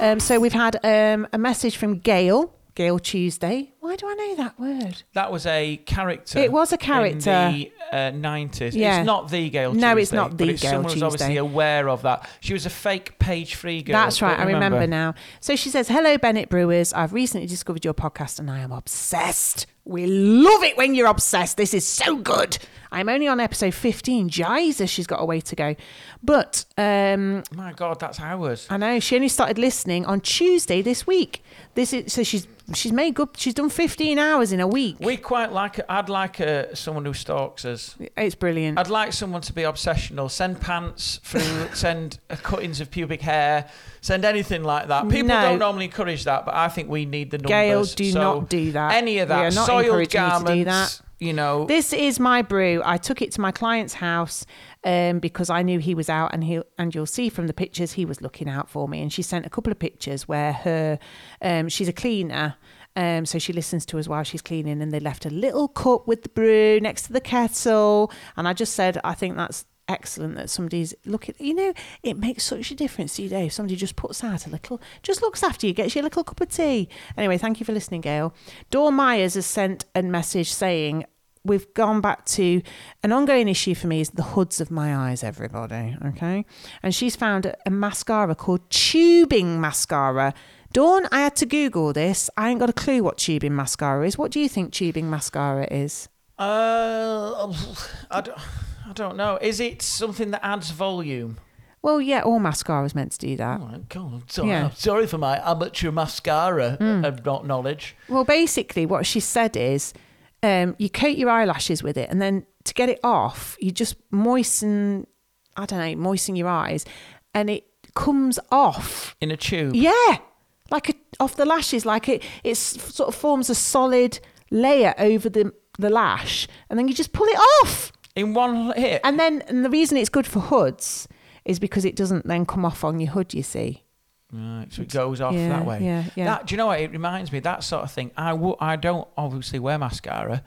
Um, so we've had um, a message from Gail, Gail Tuesday, Why do I know that word?
That was a character.
It was a character.
in the uh, nineties.
Yeah.
It's not the Gail.
No, it's
Tuesday,
not
but
the
it's
Gail
Someone was obviously
Tuesday.
aware of that. She was a fake page three girl.
That's right. I
Don't
remember now. So she says, Hello, Bennett Brewers. I've recently discovered your podcast and I am obsessed. We love it when you're obsessed. This is so good. I'm only on episode 15. Jesus, she's got a way to go. But um,
My God, that's ours.
I know she only started listening on Tuesday this week. This is so she's she's made good. She's done 15 hours in a week.
We quite like. I'd like uh, someone who stalks us.
It's brilliant.
I'd like someone to be obsessional. Send pants through. send uh, cuttings of pubic hair. Send anything like that. People
No.
don't normally encourage that, but I think we need the numbers.
Gail, do
So
not do that.
Any of
We
that.
are not
Soiled
encouraging you to
garments.
do that.
You know.
This is my brew. I took it to my client's house um, because I knew he was out, and he and you'll see from the pictures he was looking out for me. And she sent a couple of pictures where her um, she's a cleaner. Um, so she listens to us while she's cleaning, and they left a little cup with the brew next to the kettle. And I just said, I think that's excellent that somebody's looking. You know, it makes such a difference to your day. If somebody just puts out a little, just looks after you, gets you a little cup of tea. Anyway, thank you for listening, Gail. Dawn Myers has sent a message saying, we've gone back to an ongoing issue for me is the hoods of my eyes everybody okay and she's found a, a mascara called tubing mascara dawn i had to google this i ain't got a clue what tubing mascara is what do you think tubing mascara is
Uh, I don't, I don't know. Is it something that adds volume?
well yeah all mascara is meant to do that
Oh, God, I'm sorry,
Yeah. Hmm.
I'm sorry for my amateur mascara of not knowledge.
well basically what she said is um, you coat your eyelashes with it and then to get it off you just moisten i don't know moisten your eyes and it comes off
In a tube.
Yeah, like a, off the lashes, like it it s- sort of forms a solid layer over the the lash, and then you just pull it off.
In one hit.
And then and the reason it's good for hoods is because it doesn't then come off on your hood. You see,
Right, so it goes off
Yeah,
that way.
yeah, yeah.
That, do you know what? It reminds me, that sort of thing. I wo- I don't obviously wear mascara,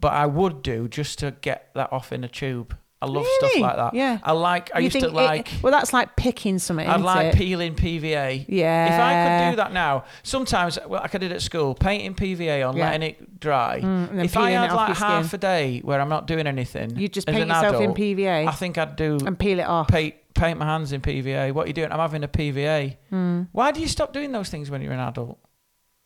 but I would do just to get that off in a tube. I love stuff
Really?
like that.
Yeah,
I like, I
You
used to
think it-
like.
well, that's like picking something.
I'd
isn't
like
it?
peeling PVA. If I
Yeah.
could do that now, sometimes, well, like I did at school, painting PVA on,
Yeah. Mm,
letting it dry.
and then
if I
peeling it
had
off
like
your skin.
half a day where I'm not doing anything,
You'd just
as
paint
an
yourself in
adult,
PVA.
I think I'd do
and peel it off.
paint, paint my hands in PVA. What are you doing? I'm having a PVA.
Hmm.
Why do you stop doing those things when you're an adult?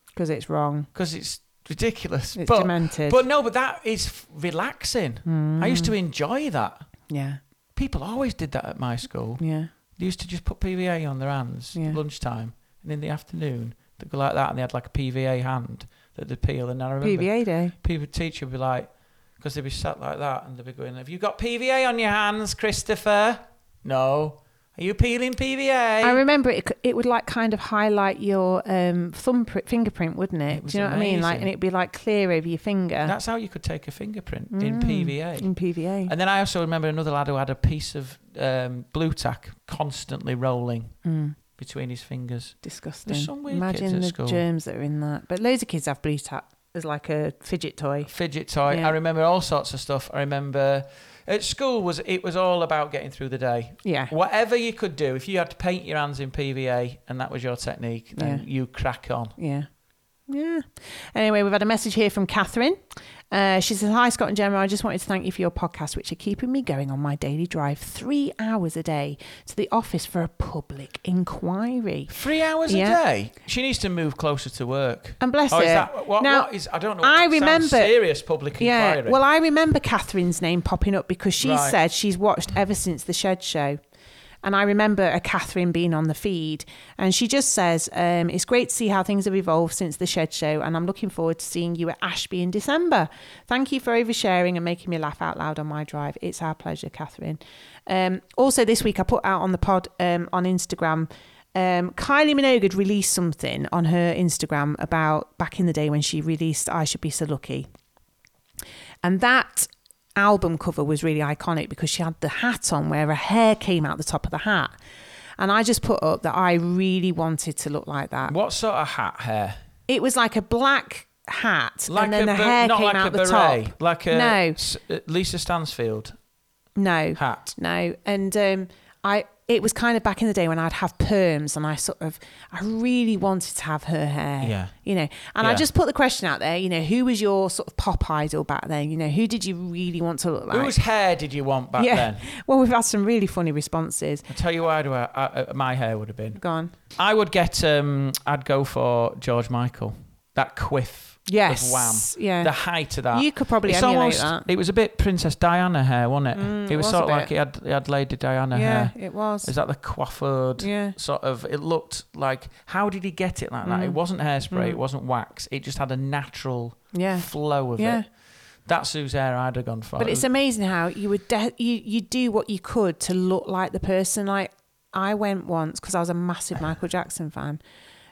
because it's wrong.
because it's ridiculous.
It's
but,
demented.
But no, but that is f- relaxing. I used
Hmm.
to enjoy that.
Yeah,
People always did that at my school.
yeah.
They used to just put PVA on their hands
Yeah.
lunchtime, and in the afternoon they'd go like that, and they had like a PVA hand that they'd peel. And I remember
PVA day.
people teacher would be like, because they'd be sat like that, and they'd be going, "Have you got PVA on your hands, Christopher? No." Are you peeling PVA?
I remember it. c- It would like kind of highlight your um, thumbprint, fingerprint, wouldn't it?
It was
Do you know what I mean? Like,
amazing.
and it'd be like clear over your finger
That's how you could take a fingerprint
Mm.
in PVA.
in PVA.
And then I also remember another lad who had a piece of um, blue tack constantly rolling
Mm.
between his fingers.
Disgusting.
some weird
Imagine
kids at
the
school.
germs that are in that. But loads of kids have blue tack as like a fidget toy.
Fidget toy.
Yeah.
I remember all sorts of stuff. I remember at school was it was all about getting through the day.
Yeah.
Whatever you could do, if you had to paint your hands in PVA and that was your technique, then
Yeah.
you crack on.
Yeah. Yeah. Anyway, we've had a message here from Catherine. Uh, she says, Hi, Scott and Gemma. I just wanted to thank you for your podcast, which are keeping me going on my daily drive three hours a day to the office for a public inquiry.
Three hours
Yeah.
a day. She needs to move closer to work.
And bless
oh, Is
her.
that, what,
Now,
what is, I don't know.
I
that sounds
remember-
serious public inquiry.
Yeah. Well, I remember Catherine's name popping up because she
Right.
said she's watched ever since the Shed Show. And I remember a Catherine being on the feed, and she just says, um, It's great to see how things have evolved since the Shed Show, and I'm looking forward to seeing you at Ashby in December. Thank you for oversharing and making me laugh out loud on my drive. It's our pleasure, Catherine. Um, also, this week I put out on the pod um, on Instagram um, Kylie Minogue had released something on her Instagram about back in the day when she released I Should Be So Lucky. And that album cover was really iconic because she had the hat on where her hair came out the top of the hat. And I just put up that I really wanted to look like that.
what sort of hat hair?
It was like a black hat
Like
and then
a
the
bu-
hair
not
came
like
out
a
the
beret,
top.
like a
No.
S- uh, Lisa Stansfield
No.
hat.
No. And um I it was kind of back in the day when I'd have perms and I sort of I really wanted to have her hair.
Yeah.
You know. And I
Yeah.
just put the question out there, you know, who was your sort of pop idol back then? You know, who did you really want to look like?
Whose hair did you want back
yeah.
then?
Well, we've had some really funny responses.
I'll tell you why do I, I, my hair would have been.
Gone.
I would get, um, I'd go for George Michael. That quiff
Yes,
of Wham.
yeah.
The height of that.
You could probably emulate that. Mm,
It was a bit Princess Diana hair, wasn't it? it was,
was a
sort of
bit.
like it had, it had Lady Diana
Yeah,
hair.
it was.
Is that the coiffured
Yeah. Mm.
sort of? It looked like. How did he get it like that? It wasn't hairspray. It wasn't wax. It just had a natural
Yeah.
flow of
Yeah.
it. That's whose hair I'd have gone for.
But it's amazing how you would de- you you do what you could to look like the person. Like I went once because I was a massive Michael Jackson fan.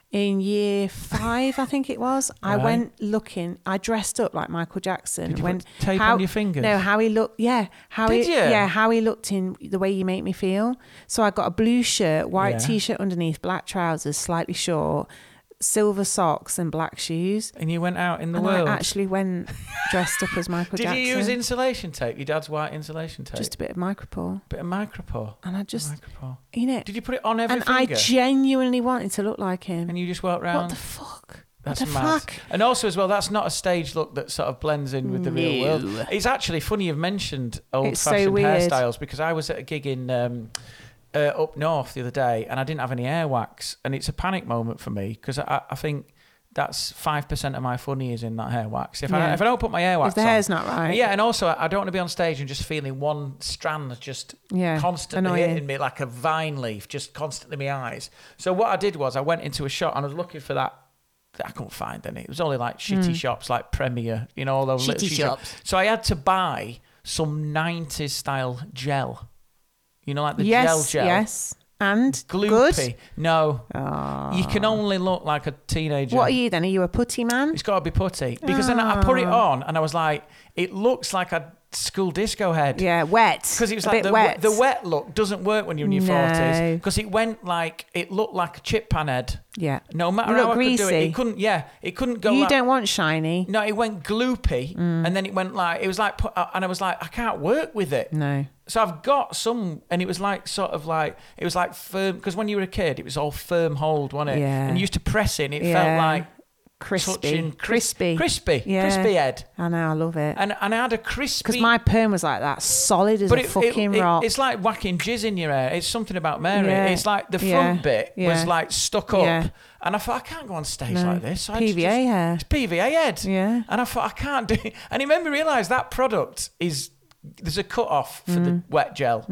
In year five, I think it was, I
Right.
went looking. I dressed up like Michael Jackson.
Did you
went
put tape on your fingers?
No, how he looked. Yeah, how
Did
he,
you?
yeah how he looked in the way you make me feel. So I got a blue shirt, white
Yeah.
t-shirt underneath, black trousers, slightly short, silver socks, and black shoes.
and you went out in the
And
world.
I actually went dressed up as Michael
did
Jackson.
you use insulation tape? Your dad's white insulation tape.
just a bit of micropore?
bit of micropore.
And I just,
Micropore.
you know,
Did you put it on every
and
finger?
I genuinely wanted to look like him.
and you just walked around.
what the fuck?
That's
what the
mad.
fuck?
And also, as well, that's not a stage look that sort of blends in with the real world. It's actually funny you've mentioned old
It's so
fashioned
weird.
hairstyles because I was at a gig in um, uh, up north the other day and I didn't have any hair wax. And it's a panic moment for me because I, I think that's 5% of my funny is in that hair wax. If, I,
Yeah.
if I don't put my hair wax
the
on-
hair's not right.
Yeah, and also, I I don't want to be on stage and just feeling one strand just
Yeah,
constantly
annoying.
hitting me like a vine leaf, just constantly in my eyes. So what I did was I went into a shop and I was looking for that. I couldn't find any. It was only like
Hmm.
shitty shops, like Premier, you know, all those little
Shitty
shops. So I had to buy some '90s style gel. You know, like the gel
yes,
gel.
yes. And
Gloopy.
good. Ah.
No. You can only look like a teenager.
What are you then? Are you a putty man?
It's got to be putty because then I put it
Ah.
on and I was like, it looks like a school disco head.
Yeah, wet.
Because it was
a
like
bit
the
wet.
wet. the wet look doesn't work when you're in your forties
No.
because it went like it looked like a chip pan head.
Yeah.
No matter
Look
how I could do it,
greasy.
it couldn't. Yeah, it couldn't go.
You
like,
don't Mm. want shiny.
No, it went gloopy, and then it went like it was like, put, uh, and I was like, I can't work with it.
No.
So I've got some, and it was like sort of like it was like firm because when you were a kid, it was all firm hold, wasn't it?
Yeah.
And you used to press in, it felt
Yeah.
like
Crispy.
touching cris-
crispy.
crispy,
Yeah.
crispy head.
I know, I love it.
And and I had a crispy.
Because my perm was like that, solid as a fucking rock.
it's like whacking jizz in your hair. It's something about Mary.
Yeah.
It's like the
Yeah.
front bit
Yeah.
was like stuck up,
Yeah.
and I thought I can't go on stage
No.
like this. So I
PVA
just-
hair.
It's PVA head.
Yeah.
And I thought I can't do. It. And it made me realise that product is there's a cut off for
Mm.
the wet gel,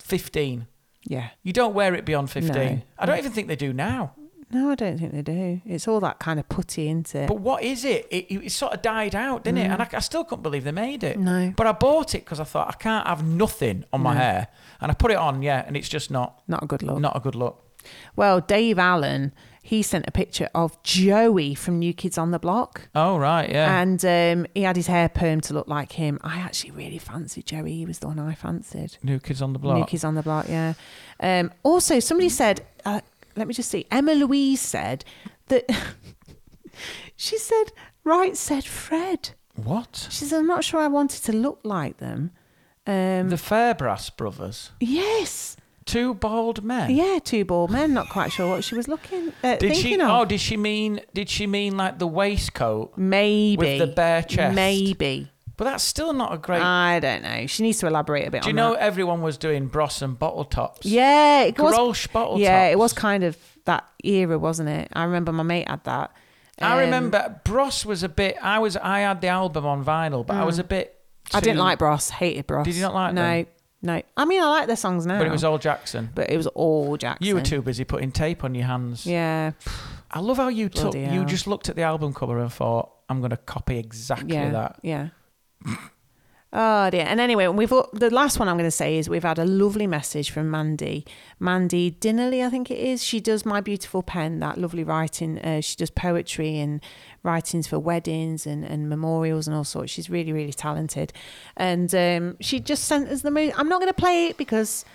fifteen.
yeah.
You don't wear it beyond fifteen.
No.
I don't even think they do now.
No, I don't think they do. It's all that kind of putty, isn't it?
But what is it? It, it sort of died out, didn't it? And I, I still couldn't believe they made it.
Mm. No.
But I bought it because I thought I can't have nothing on my hair, and I put it on, yeah, and it's just not
Not a good look.
Oh. not a good look.
Well, Dave Allen, he sent a picture of Joey from New Kids on the Block.
Oh right, yeah.
And um, he had his hair perm to look like him. I actually really fancied Joey. He was the one I fancied.
New Kids on the
New
Block.
Kids on the Block, yeah. Um, also, somebody said, uh, let me just see. Emma Louise said that she said, right said Fred.
What?
She said, I'm not sure I wanted to look like them. Um,
The Fairbrass brothers,
yes.
two bald men.
Yeah, two bald men. Not quite sure what she was looking uh,
Did
thinking
she?
of.
Oh, did she mean? Did she mean like the waistcoat?
Maybe
With the bare chest.
Maybe
But that's still not a great.
I don't know. She needs to elaborate a bit.
Do
on
you know
That.
everyone was doing bros and bottle tops?
Yeah, it was.
Grosh bottle
yeah,
tops.
it was kind of that era, wasn't it? I remember my mate had that.
I
Um,
remember Bros was a bit. I was. I had the album on vinyl, but I was a bit.
Mm. I didn't
too-
like Bros. Hated Bros.
Did you not like
No,
them?
no. I mean, I like their songs now,
But it was all Jackson.
but it was all Jackson.
You were too busy putting tape on your hands.
Yeah,
I love how you took.
Bloody
You
hell.
just looked at the album cover and thought, "I'm going to copy exactly
yeah,
that."
yeah. Oh dear. And anyway, we've al- the last one I'm going to say is we've had a lovely message from Mandy. Mandy Dinnerly, I think it is. She does my beautiful pen, that lovely writing. Uh, she does poetry and writings for weddings and, and memorials and all sorts. She's really really talented, and um, she just sent us the mo I'm not going to play it because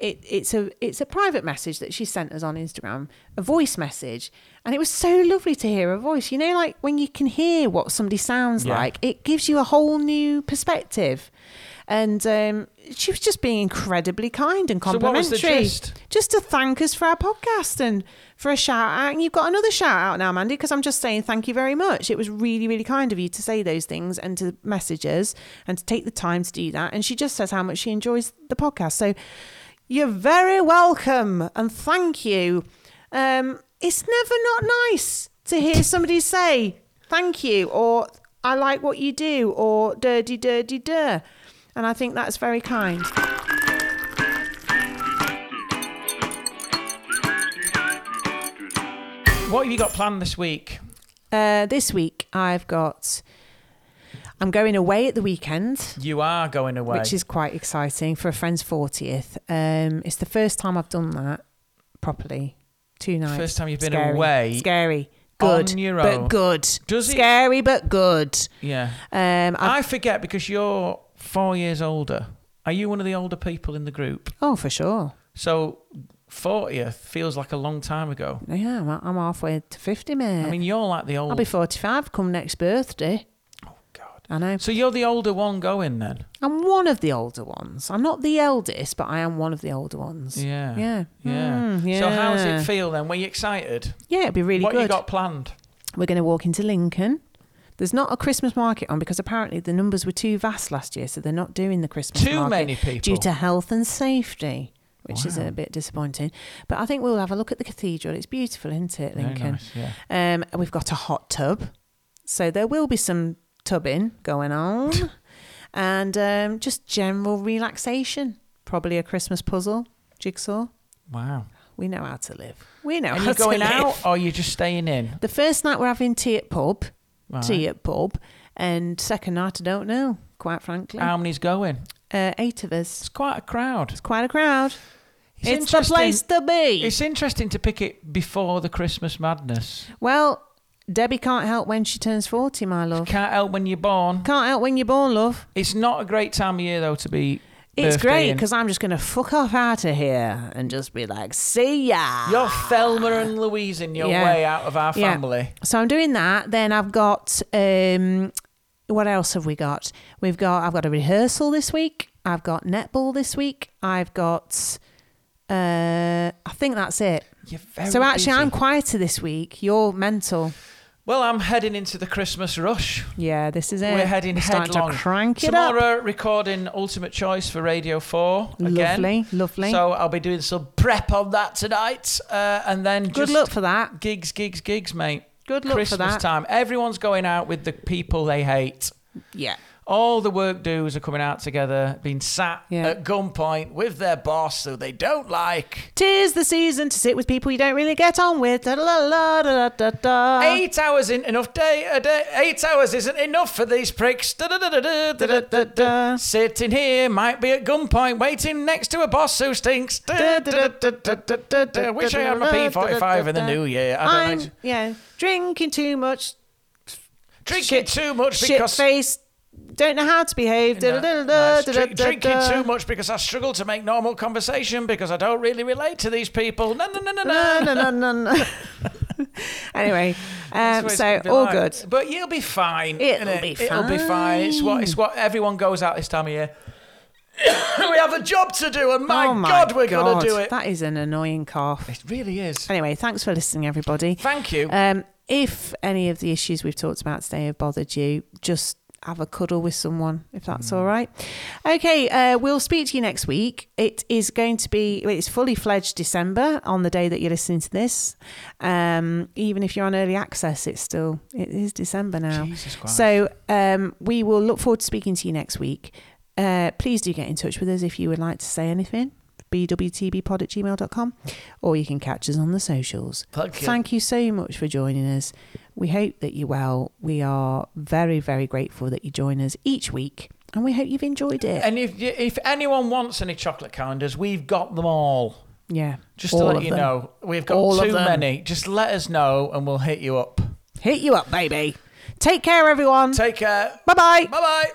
it, it's a it's a private message that she sent us on Instagram, a voice message, and it was so lovely to hear her voice. You know, like when you can hear what somebody sounds
Yeah.
like, it gives you a whole new perspective. And um, she was just being incredibly kind and
So what was
complimentary.
the gist?
Just to thank us for our podcast and for a shout out. And you've got another shout out now, Mandy, because I'm just saying thank you very much. It was really, really kind of you to say those things and to message us and to take the time to do that. And she just says how much she enjoys the podcast. So you're very welcome and thank you. Um, it's never not nice to hear somebody say thank you or I like what you do or dirty, dirty, dir. And I think that's very kind.
What have you got planned this week?
Uh, this week I've got. I'm going away at the weekend,
You are going away.
which is quite exciting for a friend's fortieth. Um, it's the first time I've done that properly. Two nights.
First time you've been
Scary.
away
Scary. Good.
on your own.
But good.
Does it-
Scary but good.
yeah.
Um, I've-
I forget because you're four years older. Are you one of the older people in the group?
oh, for sure.
So fortieth feels like a long time ago.
Yeah, I'm, I'm halfway to fifty, mate.
I mean, you're like the
I'll
old.
be forty-five come next birthday.
God.
I know.
So you're the older one going then.
I'm one of the older ones. I'm not the eldest, but I am one of the older ones.
Yeah.
Yeah.
Yeah.
Mm,
So how does
yeah.
it feel then? Were you excited?
Yeah, it'd be really
what
good.
you got planned?
We're going to walk into Lincoln. There's not a Christmas market on because apparently the numbers were too vast last year, so they're not doing the Christmas
Too
market
many people.
due to health and safety, which is a bit disappointing. But I think we'll have a look at the cathedral. It's beautiful, isn't it, Lincoln?
nice, yeah.
Um, and we've got a hot tub, so there will be some tubbing going on, and um, just general relaxation. Probably a Christmas puzzle, jigsaw.
Wow.
We know how to live. We know
Are
how
you
to
going
live.
out or are you just staying in?
The first night we're having tea at pub,
Right.
tea at pub, and second night I don't know, quite frankly.
How many's going?
uh, eight of us.
It's quite a crowd.
It's quite a crowd. It's, the
interesting-
place to be.
It's interesting to pick it before the Christmas madness.
well, Debbie can't help when she turns forty, my love.
Can't help when you're born.
Can't help when you're born, love.
It's not a great time of year though to be.
It's great
birthdaying.
because I'm just going to fuck off out of here and just be like, see ya.
you're Thelma and Louise in your
Yeah.
way out of our
Yeah.
family.
So I'm doing that. Then I've got um, what else have we got? We've got I've got a rehearsal this week. I've got netball this week. I've got uh, I think that's it.
You're very
so actually,
busy.
I'm quieter this week. You're mental.
Well, I'm heading into the Christmas rush.
Yeah, this is it.
We're heading
We're starting
headlong.
to crank it up.
Tomorrow, recording Ultimate Choice for Radio 4 again.
Lovely, lovely.
So I'll be doing some prep on that tonight. Uh, and then
Good
just
luck for that.
Gigs, gigs, gigs, mate.
Good luck for
Christmas
that.
time. Everyone's going out with the people they hate.
Yeah.
All the work doers are coming out together, being sat
Yeah.
at gunpoint with their boss who they don't like.
Tis the season to sit with people you don't really get on with. Da, da, da, da, da, da, da.
Eight hours isn't enough day a day. Eight hours isn't enough for these pricks. Da-da-da-da-da, da-da-da-da. Sitting here might be at gunpoint, waiting next to a boss who stinks. Da-da-da-da-da-da-da. Wish I had my P45 in the new year. I
I'm
don't know.
yeah drinking too much,
Drinking too much
shit
because.
face. Don't know how to behave. Da,
No,
da, da,
no,
da,
it's
da,
drink-
da,
drinking
da.
too much because I struggle to make normal conversation because I don't really relate to these people. No, no, no, no, no.
No, no, no, no, no. anyway, um,
That's what
so
it's gonna be
all
like.
good.
But you'll be fine.
It'll
innit?
be
It'll be fine. It's what it's what everyone goes out this time of year. we have a job to do, and my,
oh my
God, we're gonna
God,
do it.
That is an annoying cough.
It really is.
Anyway, thanks for listening, everybody.
Thank you.
Um, if any of the issues we've talked about today have bothered you, just have a cuddle with someone if
Mm.
that's all right. Okay, uh, we'll speak to you next week. It is going to be well, it's fully fledged December on the day that you're listening to this. Um, even if you're on early access, it's still it is December now.
Jesus Christ.
So um, we will look forward to speaking to you next week. Uh, please do get in touch with us if you would like to say anything. bwtbpod at gmail.com or you can catch us on the socials.
Thank you.
Thank you so much for joining us. We hope that you're well. We are very, very grateful that you join us each week and we hope you've enjoyed it.
and if you- if anyone wants any chocolate calendars, we've got them all.
yeah.
Just
all
to let
of
you
them.
know, we've got
All of
too
them.
many. Just let us know, and we'll hit you up.
Hit you up, baby. Take care, everyone.
Take care.
Bye-bye.
Bye bye.